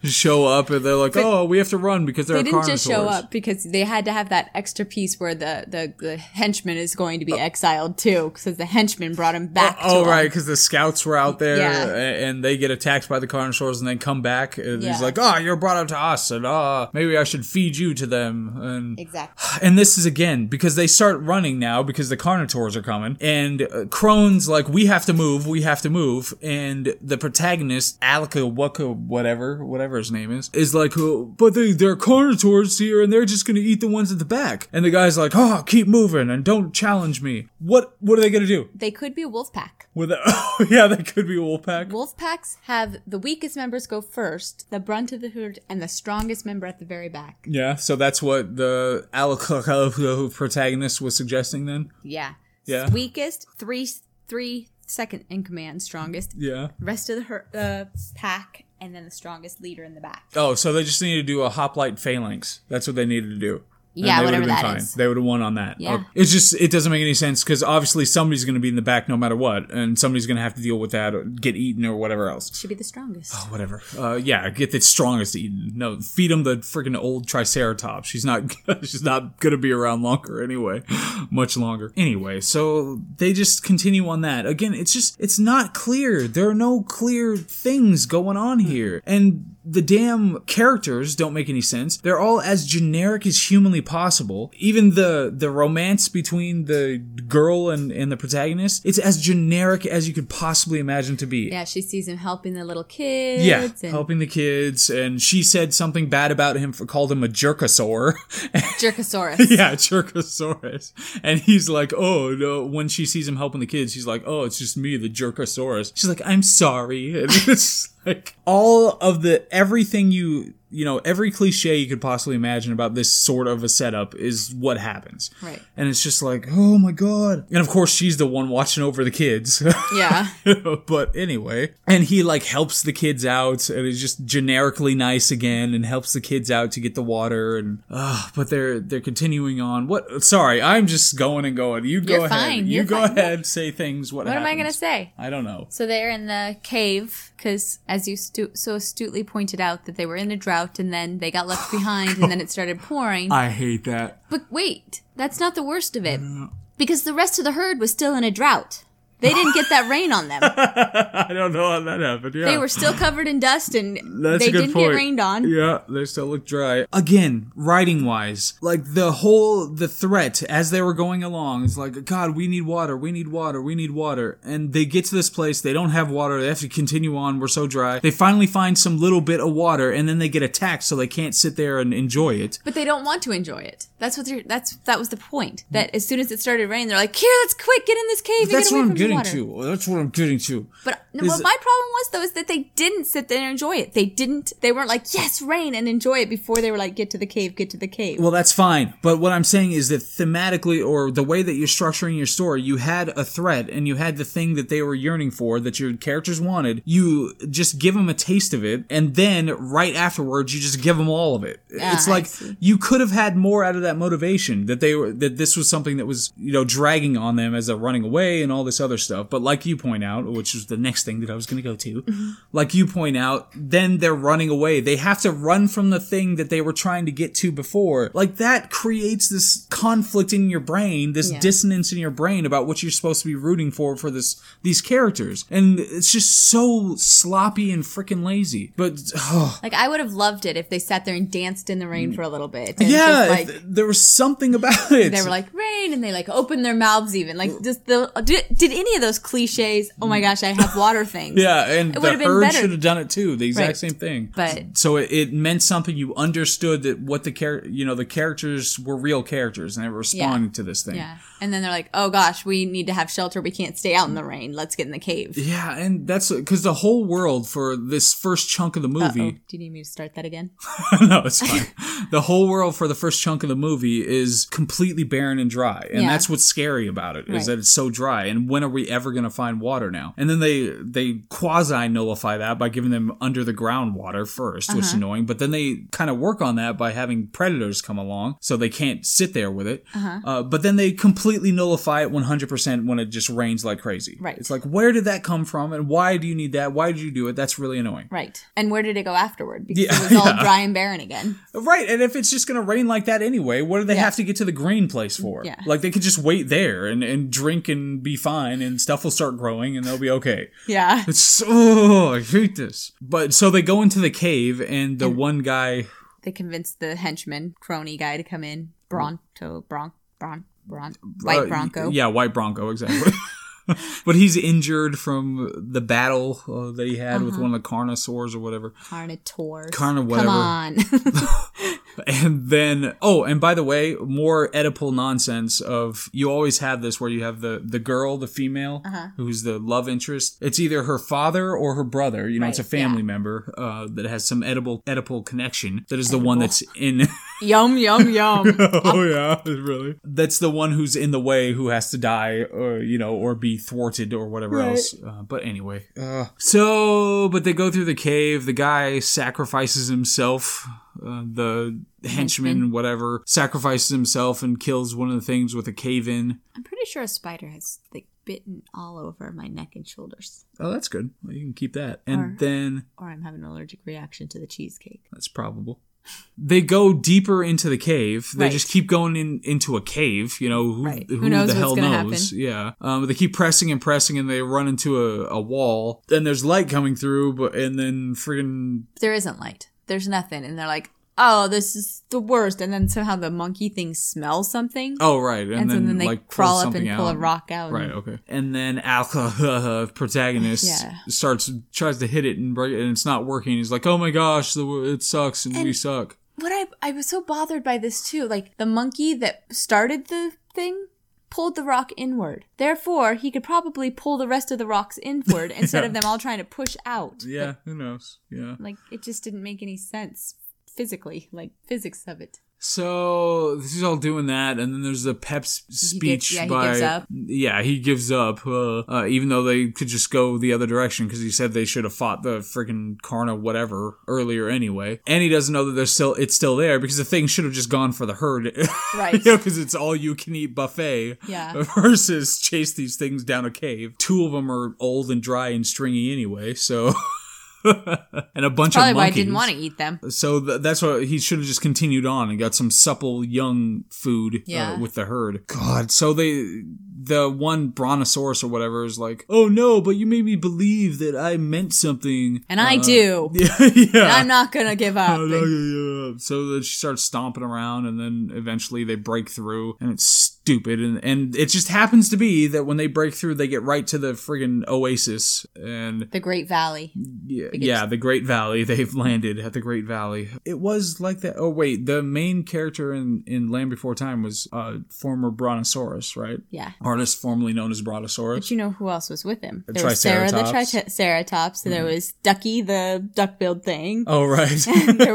Speaker 1: show up, and they're like, "Oh, we have to run because they're
Speaker 2: They didn't
Speaker 1: Carnitors."
Speaker 2: just show up because they had to have that extra piece where the, the, the henchman is going to be exiled too, because the henchman brought him back.
Speaker 1: Oh,
Speaker 2: to him.
Speaker 1: right, because the scouts were out there
Speaker 2: Yeah.
Speaker 1: a- and they get attacked by the carnivores and then come back. And
Speaker 2: Yeah.
Speaker 1: he's like, oh, you're brought up to us, and uh, maybe I should feed you to them. And
Speaker 2: Exactly.
Speaker 1: and this is again because they start running now because the carnitors are coming and uh, crone's like we have to move we have to move and the protagonist alaka waka whatever whatever his name is is like "Oh, but they, they're carnitors here and they're just gonna eat the ones at the back and the guy's like oh keep moving and don't challenge me what what are they gonna do
Speaker 2: They could be a wolf pack.
Speaker 1: with oh yeah, that could be a wolf pack.
Speaker 2: Wolf packs have the weakest members go first, the brunt of the herd, and the strongest member at the very back.
Speaker 1: Yeah, so that's what the Alakaka protagonist was suggesting then.
Speaker 2: Yeah.
Speaker 1: Yeah.
Speaker 2: Weakest, three, three second in command, strongest.
Speaker 1: Yeah.
Speaker 2: Rest of the her- uh, pack, and then the strongest leader in the back.
Speaker 1: Oh, so they just needed to do a hoplite phalanx. That's what they needed to do. And
Speaker 2: Yeah,
Speaker 1: they
Speaker 2: whatever
Speaker 1: would have
Speaker 2: that
Speaker 1: been fine.
Speaker 2: is.
Speaker 1: They would have won on that.
Speaker 2: Yeah.
Speaker 1: Okay. It's just it doesn't make any sense because obviously somebody's going to be in the back no matter what, and somebody's going to have to deal with that or get eaten or whatever else.
Speaker 2: Should be the strongest.
Speaker 1: Whatever. Uh, yeah, get the strongest eaten. No, feed him the freaking old Triceratops. She's not. she's not gonna be around longer anyway. Much longer anyway. So they just continue on that. Again, it's just it's not clear. There are no clear things going on here, and the damn characters don't make any sense. They're all as generic as humanly possible. Even the the romance between the girl and and the protagonist, it's as generic as you could possibly imagine to be.
Speaker 2: Yeah, she sees him helping the little kids.
Speaker 1: Yeah,
Speaker 2: and
Speaker 1: helping the kids, and she said something bad about him for called him a jerkosaur.
Speaker 2: Jerkosaurus.
Speaker 1: yeah, jerkosaurus. And he's like, oh no. When she sees him helping the kids, she's like, oh, it's just me, the jerkosaurus. She's like, I'm sorry. And it's like all of the everything you you know, every cliche you could possibly imagine about this sort of a setup is what happens.
Speaker 2: Right.
Speaker 1: And it's just like, oh my God. And of course, she's the one watching over the kids.
Speaker 2: Yeah.
Speaker 1: but anyway, and he like helps the kids out and is just generically nice again and helps the kids out to get the water and uh, but they're they're continuing on. What sorry, I'm just going and going. You go
Speaker 2: You're
Speaker 1: ahead.
Speaker 2: fine.
Speaker 1: You
Speaker 2: You're
Speaker 1: go
Speaker 2: fine.
Speaker 1: ahead, say things what
Speaker 2: What am I
Speaker 1: happens.
Speaker 2: gonna say?
Speaker 1: I don't know.
Speaker 2: So they're in the cave because, as you stu- so astutely pointed out, that they were in a drought and then they got left behind and then it started pouring.
Speaker 1: I hate that.
Speaker 2: But wait, that's not the worst of it. Because the rest of the herd was still in a drought. They didn't get that rain on them.
Speaker 1: I don't know how that happened. Yeah.
Speaker 2: They were still covered in dust and
Speaker 1: That's
Speaker 2: they
Speaker 1: a good
Speaker 2: didn't
Speaker 1: point.
Speaker 2: get rained on.
Speaker 1: Yeah, they still look dry. Again, writing wise, like the whole the threat as they were going along is like, God, we need water, we need water, we need water. And they get to this place, they don't have water, they have to continue on, we're so dry. They finally find some little bit of water and then they get attacked so they can't sit there and enjoy it.
Speaker 2: But they don't want to enjoy it. That's what they're, that's that was the point. That as soon as it started raining, they're like, "Here, let's quick get in this cave and
Speaker 1: That's
Speaker 2: get away
Speaker 1: what
Speaker 2: from
Speaker 1: I'm
Speaker 2: the
Speaker 1: getting
Speaker 2: water."
Speaker 1: to. That's what I'm getting to.
Speaker 2: But no,
Speaker 1: Is
Speaker 2: what
Speaker 1: it-
Speaker 2: my problem was though is that they didn't sit there and enjoy it. They didn't. They weren't like, "Yes, rain," and enjoy it before they were like, "Get to the cave, get to the cave."
Speaker 1: Well, that's fine. But what I'm saying is that thematically or the way that you're structuring your story, you had a threat and you had the thing that they were yearning for that your characters wanted. You just give them a taste of it and then right afterwards you just give them all of it. it's
Speaker 2: Ah, I
Speaker 1: like
Speaker 2: see.
Speaker 1: you could have had more out of that motivation that they were that this was something that was, you know, dragging on them as they're running away and all this other stuff. But like you point out, which is the next thing that I was going to go
Speaker 2: Mm-hmm.
Speaker 1: to, like you point out, then they're running away. They have to run from the thing that they were trying to get to before. Like that creates this conflict in your brain, this
Speaker 2: Yeah.
Speaker 1: dissonance in your brain about what you're supposed to be rooting for for this these characters. And it's just so sloppy and freaking lazy. But oh,
Speaker 2: like I would have loved it if they sat there and danced in the rain for a little bit. And
Speaker 1: Mm. yeah,
Speaker 2: just, like,
Speaker 1: th- there was something about it.
Speaker 2: they were like rain and they like opened their mouths even like just the did, did any of those cliches oh my gosh i have water things
Speaker 1: Mm. Yeah, and
Speaker 2: It
Speaker 1: the
Speaker 2: would've been
Speaker 1: herd
Speaker 2: better.
Speaker 1: should have done it too. The exact
Speaker 2: Right.
Speaker 1: same thing.
Speaker 2: But-
Speaker 1: so it, it meant something. You understood that what the char- you know, the characters were real characters and they were responding to this thing.
Speaker 2: yeah and then they're like oh gosh we need to have shelter we can't stay out in the rain let's get in the cave
Speaker 1: Mm. Yeah, and that's because the whole world for this first chunk of the
Speaker 2: oh do
Speaker 1: movie.
Speaker 2: you need me to start that again
Speaker 1: no, it's fine. the whole world for the first chunk of the movie is completely barren and dry, and
Speaker 2: Yeah.
Speaker 1: that's what's scary about it is
Speaker 2: Right.
Speaker 1: that it's so dry. And when are we ever going to find water now? And then they they quasi nullify that by giving them under the ground water 1st which is
Speaker 2: Uh-huh.
Speaker 1: annoying. But then they kind of work on that by having predators come along, so they can't sit there with it.
Speaker 2: Uh-huh.
Speaker 1: uh but then they completely nullify it 100 percent when it just rains like crazy.
Speaker 2: Right.
Speaker 1: It's like where did that come from, and why do you need that? Why did you do it? That's really annoying.
Speaker 2: right and where did it go afterward because
Speaker 1: Yeah,
Speaker 2: it was all
Speaker 1: yeah.
Speaker 2: dry and barren again
Speaker 1: Right, and if it's just going to rain like that anyway, what do they have to get to the green place for?
Speaker 2: Yeah.
Speaker 1: Like they could just wait there and, and drink and be fine, and stuff will start growing and they'll be okay.
Speaker 2: yeah
Speaker 1: It's so oh, I hate this. But so they go into the cave, and the one guy,
Speaker 2: they convinced the henchman crony guy to come in bronto bron bron bron white
Speaker 1: uh,
Speaker 2: bronco
Speaker 1: yeah, white bronco, exactly. but he's injured from the battle uh, that he had with
Speaker 2: Uh-huh.
Speaker 1: one of the carnosaurs or whatever.
Speaker 2: carnotaur
Speaker 1: Carno-
Speaker 2: come
Speaker 1: whatever.
Speaker 2: on
Speaker 1: And then, oh, and by the way, more Oedipal nonsense of you always have this where you have the the girl, the female, who's the love interest. It's either her father or her brother. You know, it's a
Speaker 2: Right,
Speaker 1: family member uh, that has some edible Oedipal connection. That is the one that's in.
Speaker 2: yum yum yum
Speaker 1: oh yeah, really. That's the one who's in the way, who has to die, or you know, or be thwarted or whatever else. Uh, but anyway, uh, so but they go through the cave. The guy sacrifices himself. Uh, the henchman, whatever, sacrifices himself and kills one of the things with a cave in.
Speaker 2: I'm pretty sure a spider has like bitten all over my neck and shoulders,
Speaker 1: Oh, that's good. Well, you can keep that. And
Speaker 2: Or-
Speaker 1: then
Speaker 2: or I'm having an allergic reaction to the cheesecake.
Speaker 1: That's probable. They go deeper into the cave. They
Speaker 2: Right.
Speaker 1: just keep going in into a cave. You know who,
Speaker 2: Right.
Speaker 1: who,
Speaker 2: Who knows
Speaker 1: the
Speaker 2: what's
Speaker 1: hell
Speaker 2: gonna
Speaker 1: knows? Yeah. Um, they keep pressing and pressing, and they run into a, a wall. Then there's light coming through, but and then friggin'
Speaker 2: But there isn't light. There's nothing, and they're like, "Oh, this is the worst." And then somehow the monkey thing smells something,
Speaker 1: oh right, and,
Speaker 2: and, so
Speaker 1: then,
Speaker 2: then, they
Speaker 1: like pull
Speaker 2: crawl up and
Speaker 1: something
Speaker 2: pull a
Speaker 1: out.
Speaker 2: rock out.
Speaker 1: Right.
Speaker 2: and-
Speaker 1: Okay. And then Alka, protagonist,
Speaker 2: Yeah.
Speaker 1: starts tries to hit it and break, and it's not working. He's like, "Oh my gosh, the, wo- it sucks, and, we
Speaker 2: And-
Speaker 1: suck."
Speaker 2: What I I was so bothered by this too. Like the monkey that started the thing pulled the rock inward. Therefore, he could probably pull the rest of the rocks inward instead of them all trying to push out.
Speaker 1: Yeah. Who knows? Yeah.
Speaker 2: Like it just didn't make any sense physically, like physics of it.
Speaker 1: So this is all doing that, and then there's the Pep's speech
Speaker 2: yeah, he
Speaker 1: by
Speaker 2: gives up.
Speaker 1: yeah he gives up, uh, uh, even though they could just go the other direction because he said they should have fought the freaking Karna whatever earlier anyway, and he doesn't know that there's still it's still there because the thing should have just gone for the herd,
Speaker 2: Right.
Speaker 1: Because it's all you can eat buffet,
Speaker 2: Yeah.
Speaker 1: versus chase these things down a cave. Two of them are old and dry and stringy anyway, so and a bunch
Speaker 2: Probably
Speaker 1: of monkeys.
Speaker 2: why I didn't want to eat them.
Speaker 1: So th- that's what he should have just continued on and got some supple young food
Speaker 2: Yeah.
Speaker 1: uh, with the herd. God, so they the one brontosaurus or whatever is like, "Oh no, but you made me believe that I meant something." Uh,
Speaker 2: And I do.
Speaker 1: yeah,
Speaker 2: And
Speaker 1: yeah.
Speaker 2: I'm not going to give up.
Speaker 1: Oh, no, yeah, yeah. So then she starts stomping around, and then eventually they break through, and it's stupid. And, and it just happens to be that when they break through, they get right to the friggin' oasis, and
Speaker 2: the Great Valley.
Speaker 1: yeah, yeah, the Great Valley. They've landed at the Great Valley. It was like that. Oh wait, the main character in in Land Before Time was uh, former Brontosaurus, right?
Speaker 2: Yeah.
Speaker 1: Artist formerly known as
Speaker 2: But
Speaker 1: Brontosaurus.
Speaker 2: you know who else was with him? There was Sarah
Speaker 1: Triceratops. Mm-hmm.
Speaker 2: the Triceratops. There was Ducky the duck-billed thing.
Speaker 1: Oh right.
Speaker 2: there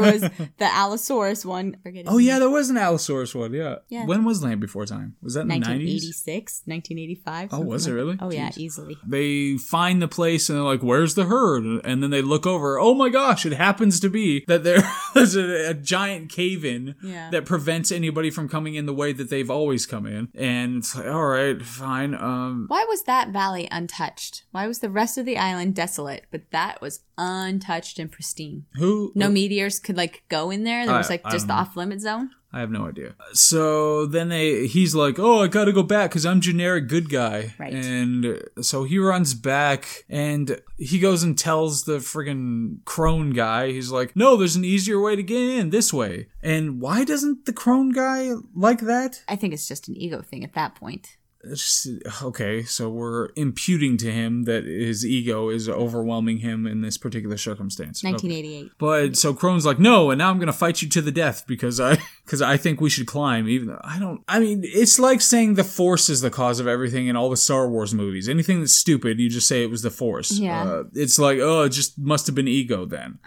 Speaker 2: was the Allosaurus one. I forget his
Speaker 1: oh
Speaker 2: name.
Speaker 1: yeah, there was an Allosaurus one. Yeah.
Speaker 2: Yeah.
Speaker 1: When was Land Before Time? Was that in the nineties?
Speaker 2: 1986, 1985.
Speaker 1: Oh, was
Speaker 2: something
Speaker 1: it really?
Speaker 2: like- Oh, yeah,
Speaker 1: Jeez.
Speaker 2: easily.
Speaker 1: They find the place and they're like, "Where's the herd?" And then they look over. Oh my gosh! It happens to be that there- there's a, a giant cave-in
Speaker 2: Yeah.
Speaker 1: that prevents anybody from coming in the way that they've always come in. And it's like, all right, fine. Um,
Speaker 2: Why was that valley untouched? Why was the rest of the island desolate, but that was untouched and pristine?
Speaker 1: who?
Speaker 2: No meteors could like go in there. There
Speaker 1: I-
Speaker 2: was like
Speaker 1: I
Speaker 2: just the
Speaker 1: don't know.
Speaker 2: off limit zone.
Speaker 1: I have no idea. So then they, he's like, "Oh, I got to go back because I'm generic good guy."
Speaker 2: Right.
Speaker 1: And so he runs back and he goes and tells the friggin' crone guy. He's like, "No, there's an easier way to get in this way." And why doesn't the crone guy like that?
Speaker 2: I think it's just an ego thing at that point.
Speaker 1: It's- okay, so we're imputing to him that his ego is overwhelming him in this particular circumstance. Okay.
Speaker 2: 1988.
Speaker 1: But so Crone's like, no, and now I'm gonna fight you to the death because I because I think we should climb. Even though I don't. I mean, it's like saying the Force is the cause of everything in all the Star Wars movies. Anything that's stupid, you just say it was the Force.
Speaker 2: Yeah.
Speaker 1: Uh, it's like, oh, it just must have been ego then.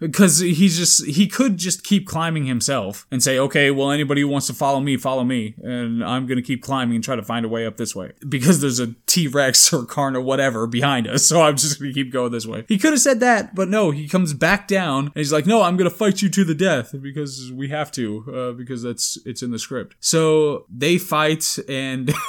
Speaker 1: Because he's just he could just keep climbing himself and say, okay, well, anybody who wants to follow me, follow me, and I'm gonna keep climbing and try to find a way up this way because there's a T Rex or Karn or whatever behind us, so I'm just gonna keep going this way. He could have said that, but no, he comes back down and he's like, no, I'm gonna fight you to the death because we have to uh, because that's it's in the script. So they fight and.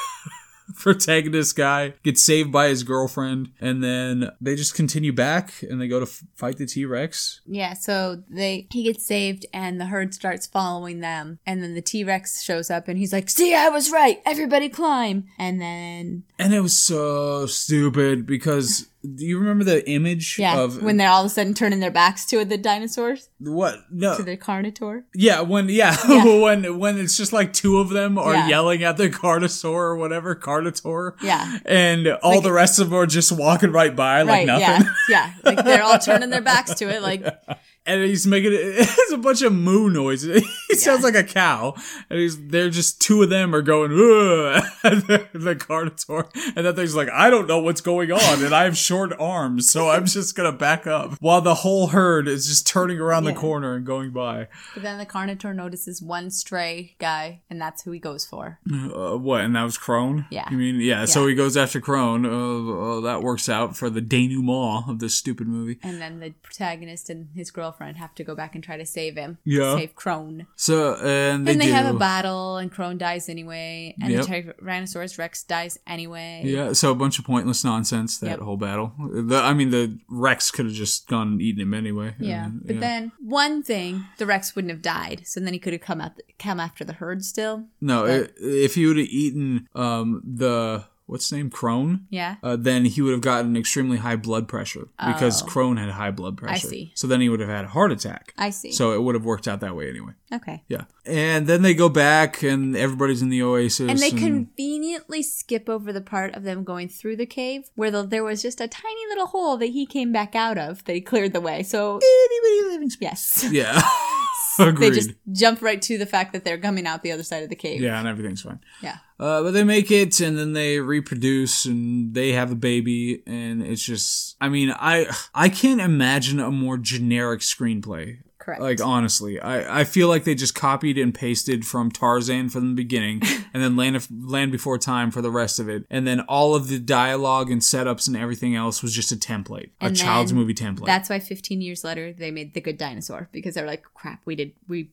Speaker 1: protagonist guy gets saved by his girlfriend and then they just continue back and they go to f- fight the t-rex
Speaker 2: Yeah, so they he gets saved and the herd starts following them and then the T-Rex shows up and he's like, "See, I was right. Everybody climb." And then
Speaker 1: and it was so stupid because do you remember the image
Speaker 2: yeah,
Speaker 1: of
Speaker 2: when they're all of a sudden turning their backs to the dinosaurs,
Speaker 1: what no
Speaker 2: to the Carnotaur.
Speaker 1: yeah when yeah,
Speaker 2: Yeah.
Speaker 1: when when it's just like two of them are
Speaker 2: Yeah.
Speaker 1: yelling at the carnosaur or whatever carnotaur
Speaker 2: Yeah.
Speaker 1: and all
Speaker 2: Like-
Speaker 1: the rest of them are just walking right by like
Speaker 2: right,
Speaker 1: nothing
Speaker 2: yeah. Yeah, like they're all turning their backs to it like
Speaker 1: and he's making it's a bunch of moo noises. He sounds like a cow, and he's they're just two of them are going "Ugh," at the, the Carnotaur, and that thing's like I don't know what's going on, and I have short arms, so I'm just gonna back up while the whole herd is just turning around
Speaker 2: Yeah.
Speaker 1: the corner and going by.
Speaker 2: But then the Carnotaur notices one stray guy, and that's who he goes for.
Speaker 1: Uh, what? And that was Crone.
Speaker 2: Yeah.
Speaker 1: you mean yeah? So he goes after Crone. Uh, uh, that works out for the denouement of this stupid movie.
Speaker 2: And then the protagonist and his girlfriend have to go back and try to save him.
Speaker 1: Yeah.
Speaker 2: Save Crone.
Speaker 1: So and they,
Speaker 2: Then they
Speaker 1: do.
Speaker 2: have a battle, and Crone dies anyway, and
Speaker 1: Yep.
Speaker 2: the Tyrannosaurus Rex dies anyway.
Speaker 1: Yeah, so a bunch of pointless nonsense that
Speaker 2: Yep.
Speaker 1: whole battle. The, I mean, the Rex could have just gone and eaten him anyway.
Speaker 2: Yeah,
Speaker 1: And,
Speaker 2: but then one thing, the Rex wouldn't have died, so then he could have come out, come after the herd still.
Speaker 1: no, i if he would have eaten um, the what's his name, Crone,
Speaker 2: Yeah,
Speaker 1: uh, then he would have gotten extremely high blood pressure because Crone had high blood pressure.
Speaker 2: Oh. see.
Speaker 1: So then he would have had a heart attack.
Speaker 2: I see.
Speaker 1: So it would have worked out that way anyway.
Speaker 2: okay,
Speaker 1: Yeah, and then they go back and everybody's in the oasis.
Speaker 2: and they conveniently skip over the part of them going through the cave where the, there was just a tiny little hole that he came back out of. They cleared the way, so
Speaker 1: anybody living.
Speaker 2: yes,
Speaker 1: Yeah, agreed.
Speaker 2: they just jump right to the fact that they're coming out the other side of the cave.
Speaker 1: yeah, and everything's fine.
Speaker 2: yeah.
Speaker 1: Uh, but they make it and then they reproduce and they have a baby and it's just I mean I I can't imagine a more generic screenplay
Speaker 2: Correct.
Speaker 1: Like honestly, I, I feel like they just copied and pasted from Tarzan from the beginning, and then Land of, Land Before Time for the rest of it, and then all of the dialogue and setups and everything else was just a template,
Speaker 2: And
Speaker 1: a child's
Speaker 2: then
Speaker 1: movie template.
Speaker 2: That's why 15 years later they made The Good Dinosaur because they were like, crap, we did, we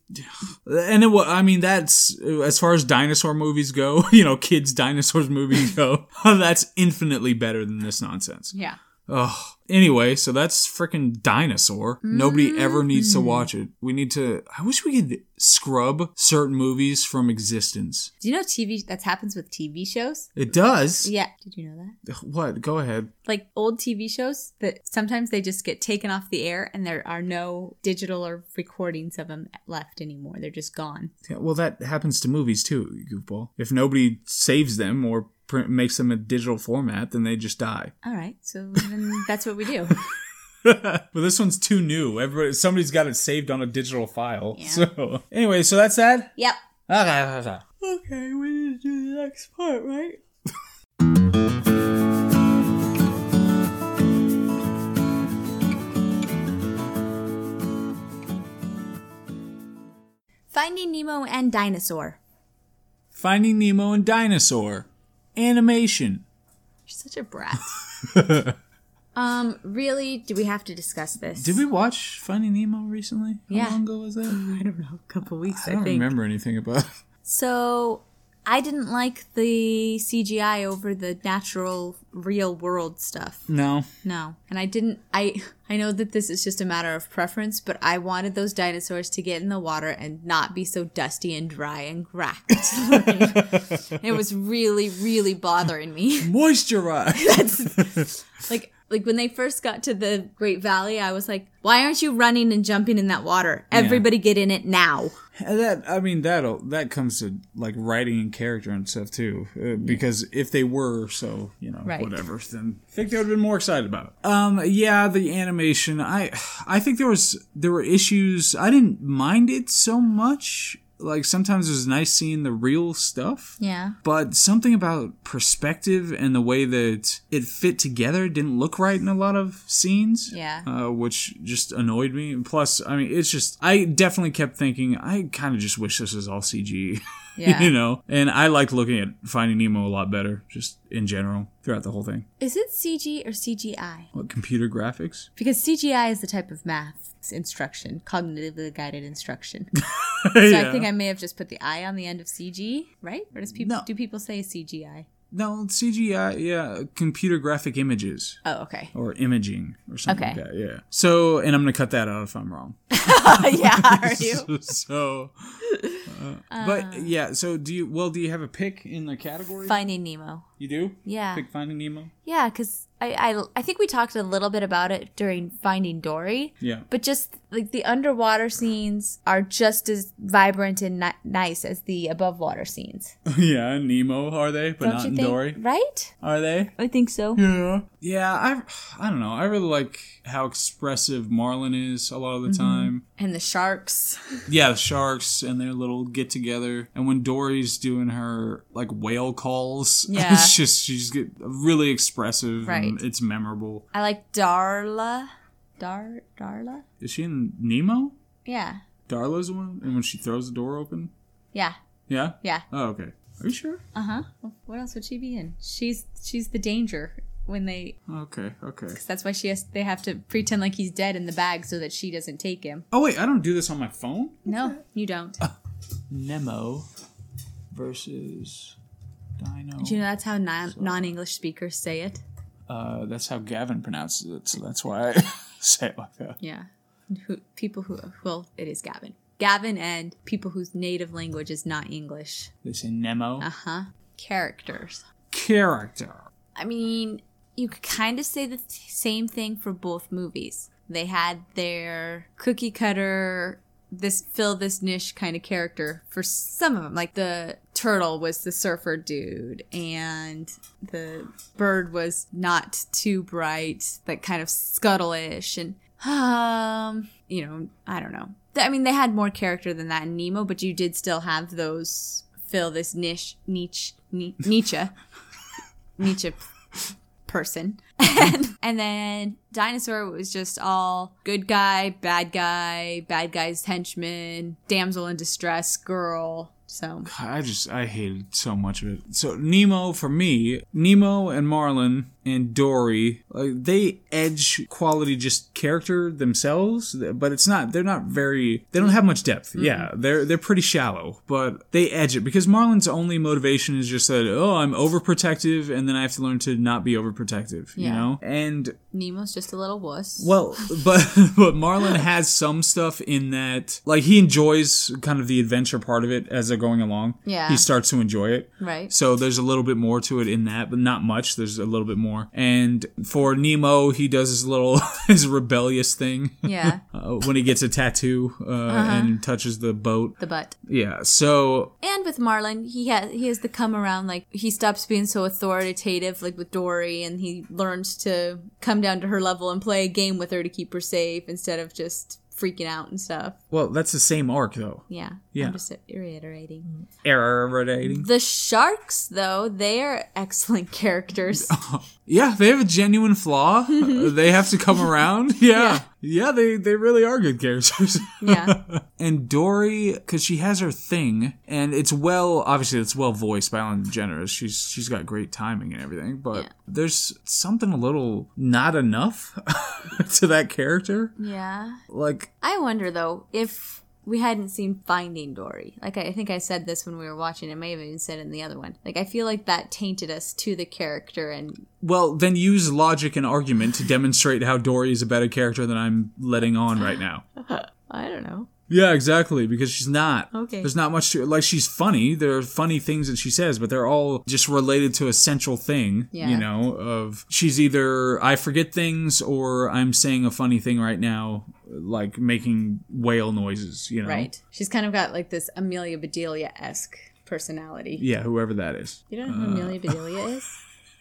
Speaker 1: and it, wa- I mean, that's as far as dinosaur movies go, you know, kids dinosaurs movies go. that's infinitely better than this nonsense.
Speaker 2: yeah.
Speaker 1: Ugh. Anyway, so that's freaking dinosaur. Nobody ever needs to watch it. We need to. I wish we could scrub certain movies from existence.
Speaker 2: Do you know TV that happens with TV shows?
Speaker 1: It does.
Speaker 2: Yeah. Did you know that?
Speaker 1: What? Go ahead.
Speaker 2: Like old TV shows that sometimes they just get taken off the air and there are no digital or recordings of them left anymore. They're just gone.
Speaker 1: Yeah, well, that happens to movies too, you goofball. If nobody saves them or print, makes them a digital format, then they just die.
Speaker 2: All right. So then that's what we do.
Speaker 1: but this one's too new. Everybody, somebody's got it saved on a digital file. So anyway, so that's that.
Speaker 2: yep.
Speaker 1: Okay.
Speaker 3: Okay, we need to do the next part, right?
Speaker 2: Finding Nemo and Dinosaur.
Speaker 1: Finding Nemo and Dinosaur animation.
Speaker 2: You're such a brat. um, really, do we have to discuss this?
Speaker 1: Did we watch Finding Nemo recently? How
Speaker 2: Yeah.
Speaker 1: long ago was that?
Speaker 2: I don't know, a couple weeks,
Speaker 1: I don't remember anything about. It.
Speaker 2: So I didn't like the CGI over the natural real world stuff.
Speaker 1: No.
Speaker 2: No. And I didn't I I know that this is just a matter of preference, but I wanted those dinosaurs to get in the water and not be so dusty and dry and cracked. Like, it was really really bothering me.
Speaker 1: Moisturize.
Speaker 2: Like like when they first got to the Great Valley, I was like, "Why aren't you running and jumping in that water? Everybody get in it now."
Speaker 1: And that I mean that'll that comes to like writing and character and stuff too, uh, because if they were so you know
Speaker 2: Right.
Speaker 1: whatever, then I think they would have been more excited about it. Um, yeah, the animation. I I think there was there were issues. I didn't mind it so much. Like sometimes it was nice seeing the real stuff.
Speaker 2: Yeah.
Speaker 1: But something about perspective and the way that it fit together didn't look right in a lot of scenes.
Speaker 2: Yeah.
Speaker 1: Uh, which just annoyed me. And plus, I mean, it's just, I definitely kept thinking, I kind of just wish this was all CG.
Speaker 2: Yeah.
Speaker 1: you know? And I liked looking at Finding Nemo a lot better, just in general, throughout the whole thing.
Speaker 2: Is it CG or CGI?
Speaker 1: What, computer graphics?
Speaker 2: Because CGI is the type of math instruction, cognitively guided instruction. So I think I may have just put the I on the end of CG, right? Or does people
Speaker 1: No.
Speaker 2: do people say CGI?
Speaker 1: No, CGI, yeah, computer graphic images.
Speaker 2: Oh, okay.
Speaker 1: Or imaging, or something
Speaker 2: Okay.
Speaker 1: like that. Yeah. So, and I'm gonna cut that out if I'm wrong.
Speaker 2: yeah, are you?
Speaker 1: so, uh, but yeah. So do you? Well, do you have a pick in the category?
Speaker 2: Uh, Finding Nemo.
Speaker 1: You do.
Speaker 2: Yeah.
Speaker 1: Pick Finding Nemo.
Speaker 2: Yeah, because I, I I think we talked a little bit about it during Finding Dory.
Speaker 1: Yeah.
Speaker 2: But just like the underwater scenes are just as vibrant and ni- nice as the above water scenes.
Speaker 1: yeah. Nemo are they? But
Speaker 2: Don't
Speaker 1: not
Speaker 2: you
Speaker 1: in
Speaker 2: think?
Speaker 1: Dory.
Speaker 2: Right?
Speaker 1: Are they?
Speaker 2: I think so.
Speaker 1: Yeah. Yeah. I I don't know. I really like how expressive Marlin is a lot of the time.
Speaker 2: And the sharks.
Speaker 1: Yeah, the sharks and their little get together. And when Dory's doing her like whale calls,
Speaker 2: Yeah.
Speaker 1: it's just she's get really expressive.
Speaker 2: Right.
Speaker 1: And it's memorable.
Speaker 2: I like Darla. Dar Darla?
Speaker 1: Is she in Nemo?
Speaker 2: Yeah.
Speaker 1: Darla's one, and when she throws the door open.
Speaker 2: Yeah.
Speaker 1: Yeah.
Speaker 2: Yeah.
Speaker 1: Oh, okay. Are you sure?
Speaker 2: Uh-huh. What else would she be in? She's she's the danger when they
Speaker 1: Okay. Okay.
Speaker 2: cause that's why she has they have to pretend like he's dead in the bag so that she doesn't take him.
Speaker 1: Oh wait, I don't do this on my phone.
Speaker 2: No, you don't.
Speaker 1: Nemo versus Dino.
Speaker 2: Do you know that's how non non-English speakers say it?
Speaker 1: uh, that's how Gavin pronounces it, so that's why I say it like that.
Speaker 2: Yeah. Who, people who well, it is Gavin. Gavin and people whose native language is not English.
Speaker 1: They say Nemo.
Speaker 2: Uh-huh. Characters.
Speaker 1: Character.
Speaker 2: I mean, you could kind of say the th- same thing for both movies. They had their cookie cutter, this fill this niche kind of character for some of them. Like the turtle was the surfer dude, and the bird was not too bright, that kind of scuttle-ish, and um, you know, I don't know. Th- I mean, they had more character than that in Nemo, but you did still have those fill this niche, niche, ni- niche. Nietzsche p- person. And And then Dinosaur was just all good guy, bad guy, bad guy's henchman, damsel in distress, girl. So
Speaker 1: I just I hated so much of it. So Nemo for me, Nemo and Marlin and Dory, like they edge quality just character themselves, but it's not they're not very they don't have much depth. Yeah, they're they're pretty shallow, but they edge it because Marlin's only motivation is just that oh I'm overprotective and then I have to learn to not be overprotective, you
Speaker 2: Yeah.
Speaker 1: know. And
Speaker 2: Nemo's just a little wuss.
Speaker 1: well, but but Marlon has some stuff in that, like he enjoys kind of the adventure part of it as they're going along.
Speaker 2: Yeah.
Speaker 1: he starts to enjoy it.
Speaker 2: Right.
Speaker 1: So there's a little bit more to it in that, but not much. There's a little bit more. And for Nemo, he does his little his rebellious thing.
Speaker 2: Yeah. Uh-huh.
Speaker 1: Uh, when he gets a tattoo uh, and touches the boat.
Speaker 2: The butt.
Speaker 1: Yeah. So
Speaker 2: And with Marlin, he has he has the come around. Like he stops being so authoritative, like with Dory, and he learns to come down to her level and play a game with her to keep her safe instead of just freaking out and stuff.
Speaker 1: well, that's the same arc though.
Speaker 2: Yeah,
Speaker 1: Yeah.
Speaker 2: I'm just reiterating.
Speaker 1: Error rotating.
Speaker 2: The sharks, though, they are excellent characters.
Speaker 1: Yeah, they have a genuine flaw. Uh, they have to come around. Yeah. yeah. they they really are good characters.
Speaker 2: yeah,
Speaker 1: and Dory cuz she has her thing and it's well obviously it's well voiced by Ellen DeGeneres. She's she's got great timing and everything, but
Speaker 2: Yeah.
Speaker 1: there's something a little not enough to that character.
Speaker 2: yeah.
Speaker 1: Like
Speaker 2: I wonder though if we hadn't seen Finding Dory. Like I, I think I said this when we were watching. it. I may have even said it in the other one. Like I feel like that tainted us to the character and
Speaker 1: well, then use logic and argument to demonstrate how Dory is a better character than I'm letting on right now.
Speaker 2: I don't know.
Speaker 1: Yeah, exactly. Because she's not.
Speaker 2: Okay.
Speaker 1: There's not much to like. She's funny. There are funny things that she says, but they're all just related to a central thing.
Speaker 2: Yeah.
Speaker 1: You know, of she's either I forget things or I'm saying a funny thing right now, like making whale noises. You know.
Speaker 2: Right. She's kind of got like this Amelia Bedelia esque personality.
Speaker 1: Yeah, whoever that is.
Speaker 2: You don't know who Amelia Bedelia is?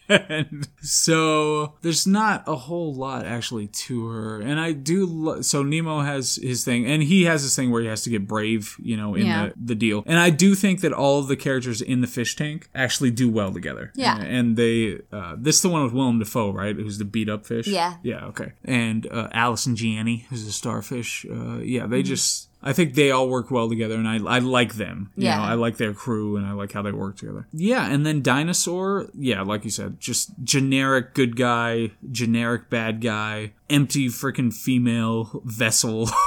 Speaker 1: and so there's not a whole lot actually to her and i do lo- so nemo has his thing and he has this thing where he has to get brave you know in
Speaker 2: Yeah.
Speaker 1: the, the deal and i do think that all of the characters in the fish tank actually do well together
Speaker 2: Yeah.
Speaker 1: and, and they uh, this is the one with willem dafoe right who's the beat up fish
Speaker 2: Yeah.
Speaker 1: yeah okay and uh, allison gianni who's the starfish uh, yeah
Speaker 2: Mm-hmm.
Speaker 1: they just I think they all work well together, and I, I like them. You
Speaker 2: Yeah.
Speaker 1: know, I like their crew, and I like how they work together. Yeah, and then Dinosaur, yeah, like you said, just generic good guy, generic bad guy, empty freaking female vessel.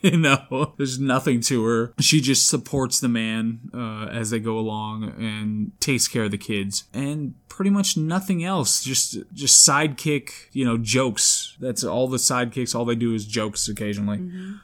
Speaker 1: you know, there's nothing to her. She just supports the man uh, as they go along and takes care of the kids, and pretty much nothing else. Just just sidekick, you know, jokes. That's all the sidekicks. All they do is jokes occasionally,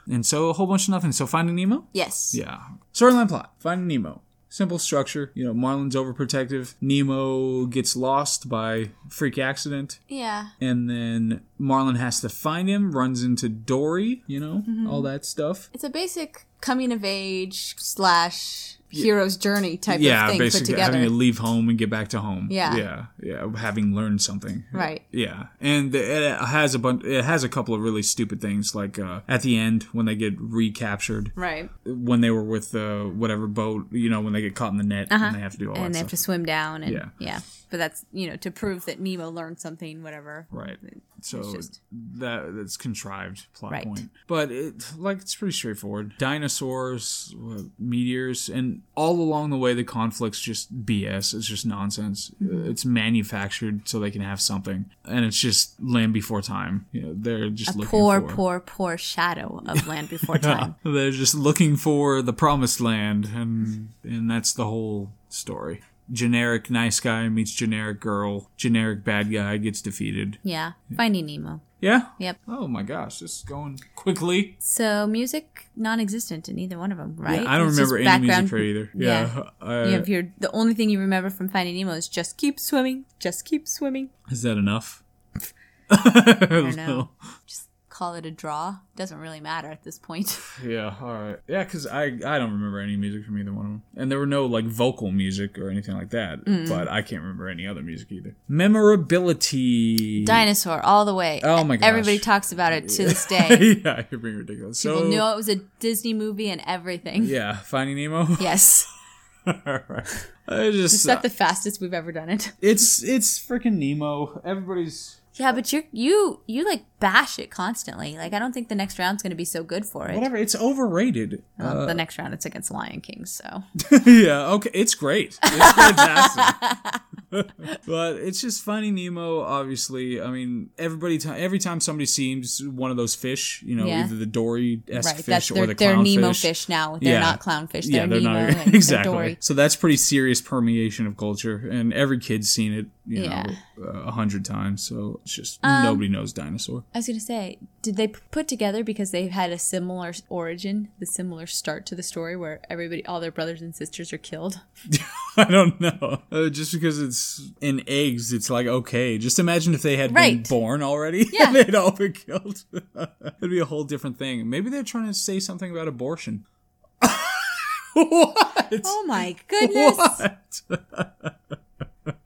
Speaker 1: and so a whole bunch of nothing. So Finding Nemo,
Speaker 2: Yes.
Speaker 1: yeah. Storyline plot Finding Nemo. Simple structure. You know, Marlin's overprotective. Nemo gets lost by freak accident.
Speaker 2: Yeah.
Speaker 1: And then Marlin has to find him, runs into Dory, you know,
Speaker 2: Mm-hmm.
Speaker 1: all that stuff.
Speaker 2: It's a basic coming of age slash hero's journey type of
Speaker 1: Yeah,
Speaker 2: thing put
Speaker 1: basically
Speaker 2: together.
Speaker 1: having to leave home and get back to home.
Speaker 2: Yeah.
Speaker 1: Yeah. Yeah. Having learned something.
Speaker 2: Right.
Speaker 1: Yeah, and the- it has a bunch. It has a couple of really stupid things, like uh, at the end when they get recaptured,
Speaker 2: Right.
Speaker 1: when they were with uh, whatever boat, you know, when they get caught in the net and they have to do all that
Speaker 2: Uh-huh. and they
Speaker 1: stuff.
Speaker 2: have to swim down and
Speaker 1: Yeah.
Speaker 2: yeah. But that's you know, to prove that Nemo learned something, whatever.
Speaker 1: Right. So
Speaker 2: just-
Speaker 1: that that's contrived plot
Speaker 2: Right.
Speaker 1: point, but it like it's pretty straightforward. Dinosaurs, uh, meteors, and all along the way, the conflicts just BS. It's just nonsense.
Speaker 2: Mm-hmm.
Speaker 1: Uh, It's manufactured so they can have something, and it's just land before time. You know, they're just looking
Speaker 2: Poor,
Speaker 1: for
Speaker 2: poor, poor shadow of land before
Speaker 1: Yeah,
Speaker 2: time.
Speaker 1: they're just looking for the promised land, and and that's the whole story. Generic nice guy meets generic girl. Generic bad guy gets defeated.
Speaker 2: Yeah. Finding Nemo.
Speaker 1: Yeah.
Speaker 2: Yep.
Speaker 1: Oh my gosh, this is going quickly.
Speaker 2: So music non existent in either one of them, right?
Speaker 1: I don't
Speaker 2: It's just
Speaker 1: remember any music
Speaker 2: background-
Speaker 1: for either.
Speaker 2: Yeah.
Speaker 1: Yeah. Uh,
Speaker 2: You have your the only thing you remember from Finding Nemo is just keep swimming, just keep swimming.
Speaker 1: Is that enough?
Speaker 2: know. Just call it a draw. Doesn't really matter at this point.
Speaker 1: Yeah, all right. Yeah, because I, I don't remember any music from either one of them. And there were no, like, vocal music or anything like that. But I can't remember any other music either. Memorability.
Speaker 2: Dinosaur all the way.
Speaker 1: Oh my gosh.
Speaker 2: Everybody talks about it to this day.
Speaker 1: yeah, you're being ridiculous.
Speaker 2: People
Speaker 1: so,
Speaker 2: knew it was a Disney movie and everything.
Speaker 1: yeah, Finding Nemo.
Speaker 2: Yes.
Speaker 1: all right. I just,
Speaker 2: It's not the fastest we've ever done it.
Speaker 1: it's, it's freaking Nemo. Everybody's
Speaker 2: Yeah, but you you you like bash it constantly. Like I don't think the next round's going to be so good for it.
Speaker 1: Whatever, Uh, it's overrated.
Speaker 2: Well, the next round it's against Lion King, so
Speaker 1: yeah, okay, it's great. It's fantastic. but it's just Finding Nemo. Obviously, I mean, everybody ti every time somebody sees one of those fish, you know,
Speaker 2: Yeah.
Speaker 1: either the dory esque
Speaker 2: right.
Speaker 1: fish
Speaker 2: That's
Speaker 1: or
Speaker 2: their
Speaker 1: the
Speaker 2: they're
Speaker 1: clownfish.
Speaker 2: Nemo fish now. They're
Speaker 1: Yeah.
Speaker 2: not clownfish. They're, Nemo and they're
Speaker 1: exactly.
Speaker 2: Dory.
Speaker 1: So that's pretty serious permeation of culture, and every kid's seen it, you
Speaker 2: Yeah. Um,
Speaker 1: know, a hundred times. So it's just nobody knows dinosaur.
Speaker 2: I was going to say, did they p- put together because they had a similar s- origin, the similar start to the story where everybody, all their brothers and sisters are killed?
Speaker 1: I don't know. Uh, just because it's in eggs, it's like okay. Just imagine if they had
Speaker 2: Right.
Speaker 1: been born already,
Speaker 2: Yeah.
Speaker 1: and they'd all been killed. It'd be a whole different thing. Maybe they're trying to say something about abortion. what?
Speaker 2: Oh my goodness!
Speaker 1: What?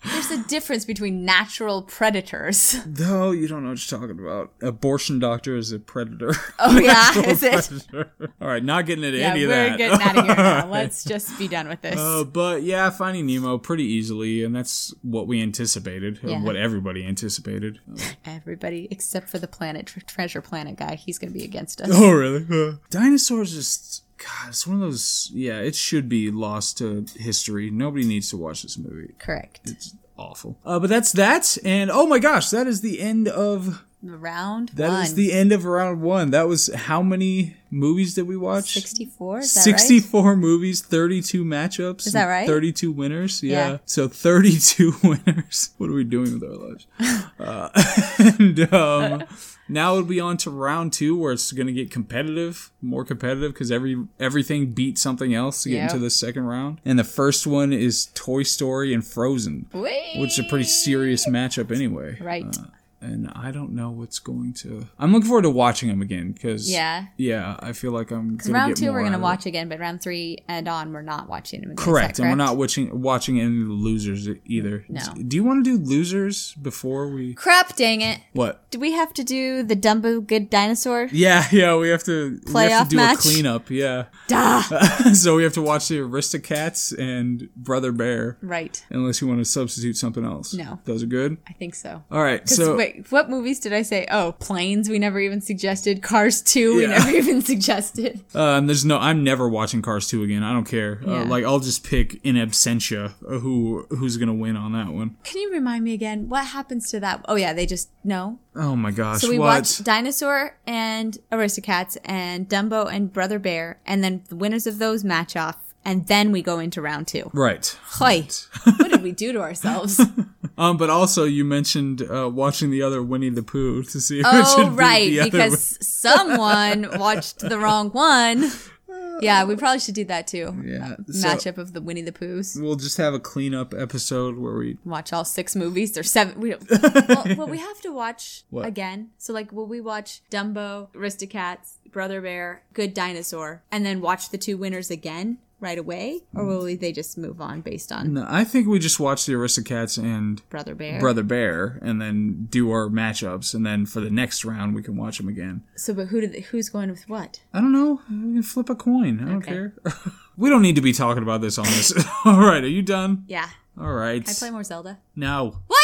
Speaker 2: There's a difference between natural predators.
Speaker 1: No, you don't know what you're talking about. Abortion doctor is a predator.
Speaker 2: Oh yeah, is it?
Speaker 1: Predator. All right, not getting into
Speaker 2: Yeah,
Speaker 1: any of
Speaker 2: we're
Speaker 1: that.
Speaker 2: getting out of here now. Let's just be done with this.
Speaker 1: Uh, but yeah, Finding Nemo pretty easily, and that's what we anticipated, or
Speaker 2: Yeah.
Speaker 1: what everybody anticipated.
Speaker 2: Everybody except for the planet tre- treasure planet guy, he's gonna be against us.
Speaker 1: Oh, really? Dinosaurs just. God, it's one of those. Yeah, it should be lost to history. Nobody needs to watch this movie.
Speaker 2: Correct.
Speaker 1: It's awful. Uh, but that's that. And oh my gosh, that is the end of.
Speaker 2: Round
Speaker 1: that is
Speaker 2: one.
Speaker 1: the end of round one. That was how many movies did we watch?
Speaker 2: 64. Is that
Speaker 1: 64 movies, 32 matchups.
Speaker 2: Is that
Speaker 1: and
Speaker 2: right?
Speaker 1: 32 winners. Yeah.
Speaker 2: Yeah.
Speaker 1: So 32 winners. What are we doing with our lives? Uh, and um, now it'll be on to round two where it's going to get competitive, more competitive because every, everything beat something else to get
Speaker 2: Yep.
Speaker 1: into the second round. And the first one is Toy Story and Frozen,
Speaker 2: right?
Speaker 1: which is a pretty serious matchup anyway.
Speaker 2: Right.
Speaker 1: Uh, and I don't know what's going to. I'm looking forward to watching them again because
Speaker 2: Yeah.
Speaker 1: yeah, I feel like I'm. Gonna
Speaker 2: round
Speaker 1: get
Speaker 2: two
Speaker 1: more
Speaker 2: we're
Speaker 1: out
Speaker 2: gonna
Speaker 1: of it.
Speaker 2: watch again, but round three and on we're not watching them. again. Is that
Speaker 1: Correct, and we're not watching watching any of the losers e-, either.
Speaker 2: No.
Speaker 1: Do you want to do losers before we
Speaker 2: Crap! Dang it!
Speaker 1: what?
Speaker 2: Do we have to do the Dumbo Good Dinosaur?
Speaker 1: Yeah, yeah, we have to we have
Speaker 2: Playoff
Speaker 1: to do
Speaker 2: match?
Speaker 1: a cleanup. Yeah,
Speaker 2: Duh!
Speaker 1: so we have to watch the Aristocats and Brother Bear,
Speaker 2: right.
Speaker 1: unless you want to substitute something else.
Speaker 2: No.
Speaker 1: those are good.
Speaker 2: I think so.
Speaker 1: All right,
Speaker 2: 'Cause
Speaker 1: Uh, so
Speaker 2: wait, what movies did I say? Oh, Planes. We never even suggested. Cars Two. We
Speaker 1: Yeah.
Speaker 2: never even suggested.
Speaker 1: Um, there's no. I'm never watching Cars two again. I don't care. Uh,
Speaker 2: Yeah.
Speaker 1: like I'll just pick in absentia uh, who who's gonna win on that one.
Speaker 2: Can you remind me again what happens to that? Oh yeah, they just no.
Speaker 1: Oh my gosh!
Speaker 2: So we
Speaker 1: what?
Speaker 2: watched Dinosaur and Aristocats and Dumbo and Brother Bear, and then the winners of those match off, and then we go into round two.
Speaker 1: right.
Speaker 2: Hoy, what did we do to ourselves?
Speaker 1: Um, but also you mentioned uh, watching the other Winnie the Pooh to see. who
Speaker 2: oh
Speaker 1: should
Speaker 2: right,
Speaker 1: beat the other one.
Speaker 2: because someone watched the wrong one. Yeah, we probably should do that too.
Speaker 1: Yeah,
Speaker 2: Uh,
Speaker 1: so-
Speaker 2: matchup of the Winnie the Poohs.
Speaker 1: we'll just have a cleanup episode where we.
Speaker 2: Watch all six movies. There's seven. We don't, well, well, we have to watch
Speaker 1: What?
Speaker 2: again. So, like, will we watch Dumbo, Aristocats, Brother Bear, Good Dinosaur, and then watch the two winners again right away, or will we, they just move on based on
Speaker 1: No, I think we just watch the Aristocats and
Speaker 2: Brother Bear?
Speaker 1: Mm. Brother Bear, and then do our matchups, and then for the next round we can watch them again.
Speaker 2: So, but who did they, who's going with what?
Speaker 1: I don't know. We can flip a coin. I don't
Speaker 2: Okay.
Speaker 1: care. we don't need to be talking about this on this. All right, are you done?
Speaker 2: Yeah,
Speaker 1: All right.
Speaker 2: I play more Zelda.
Speaker 1: No.
Speaker 2: What?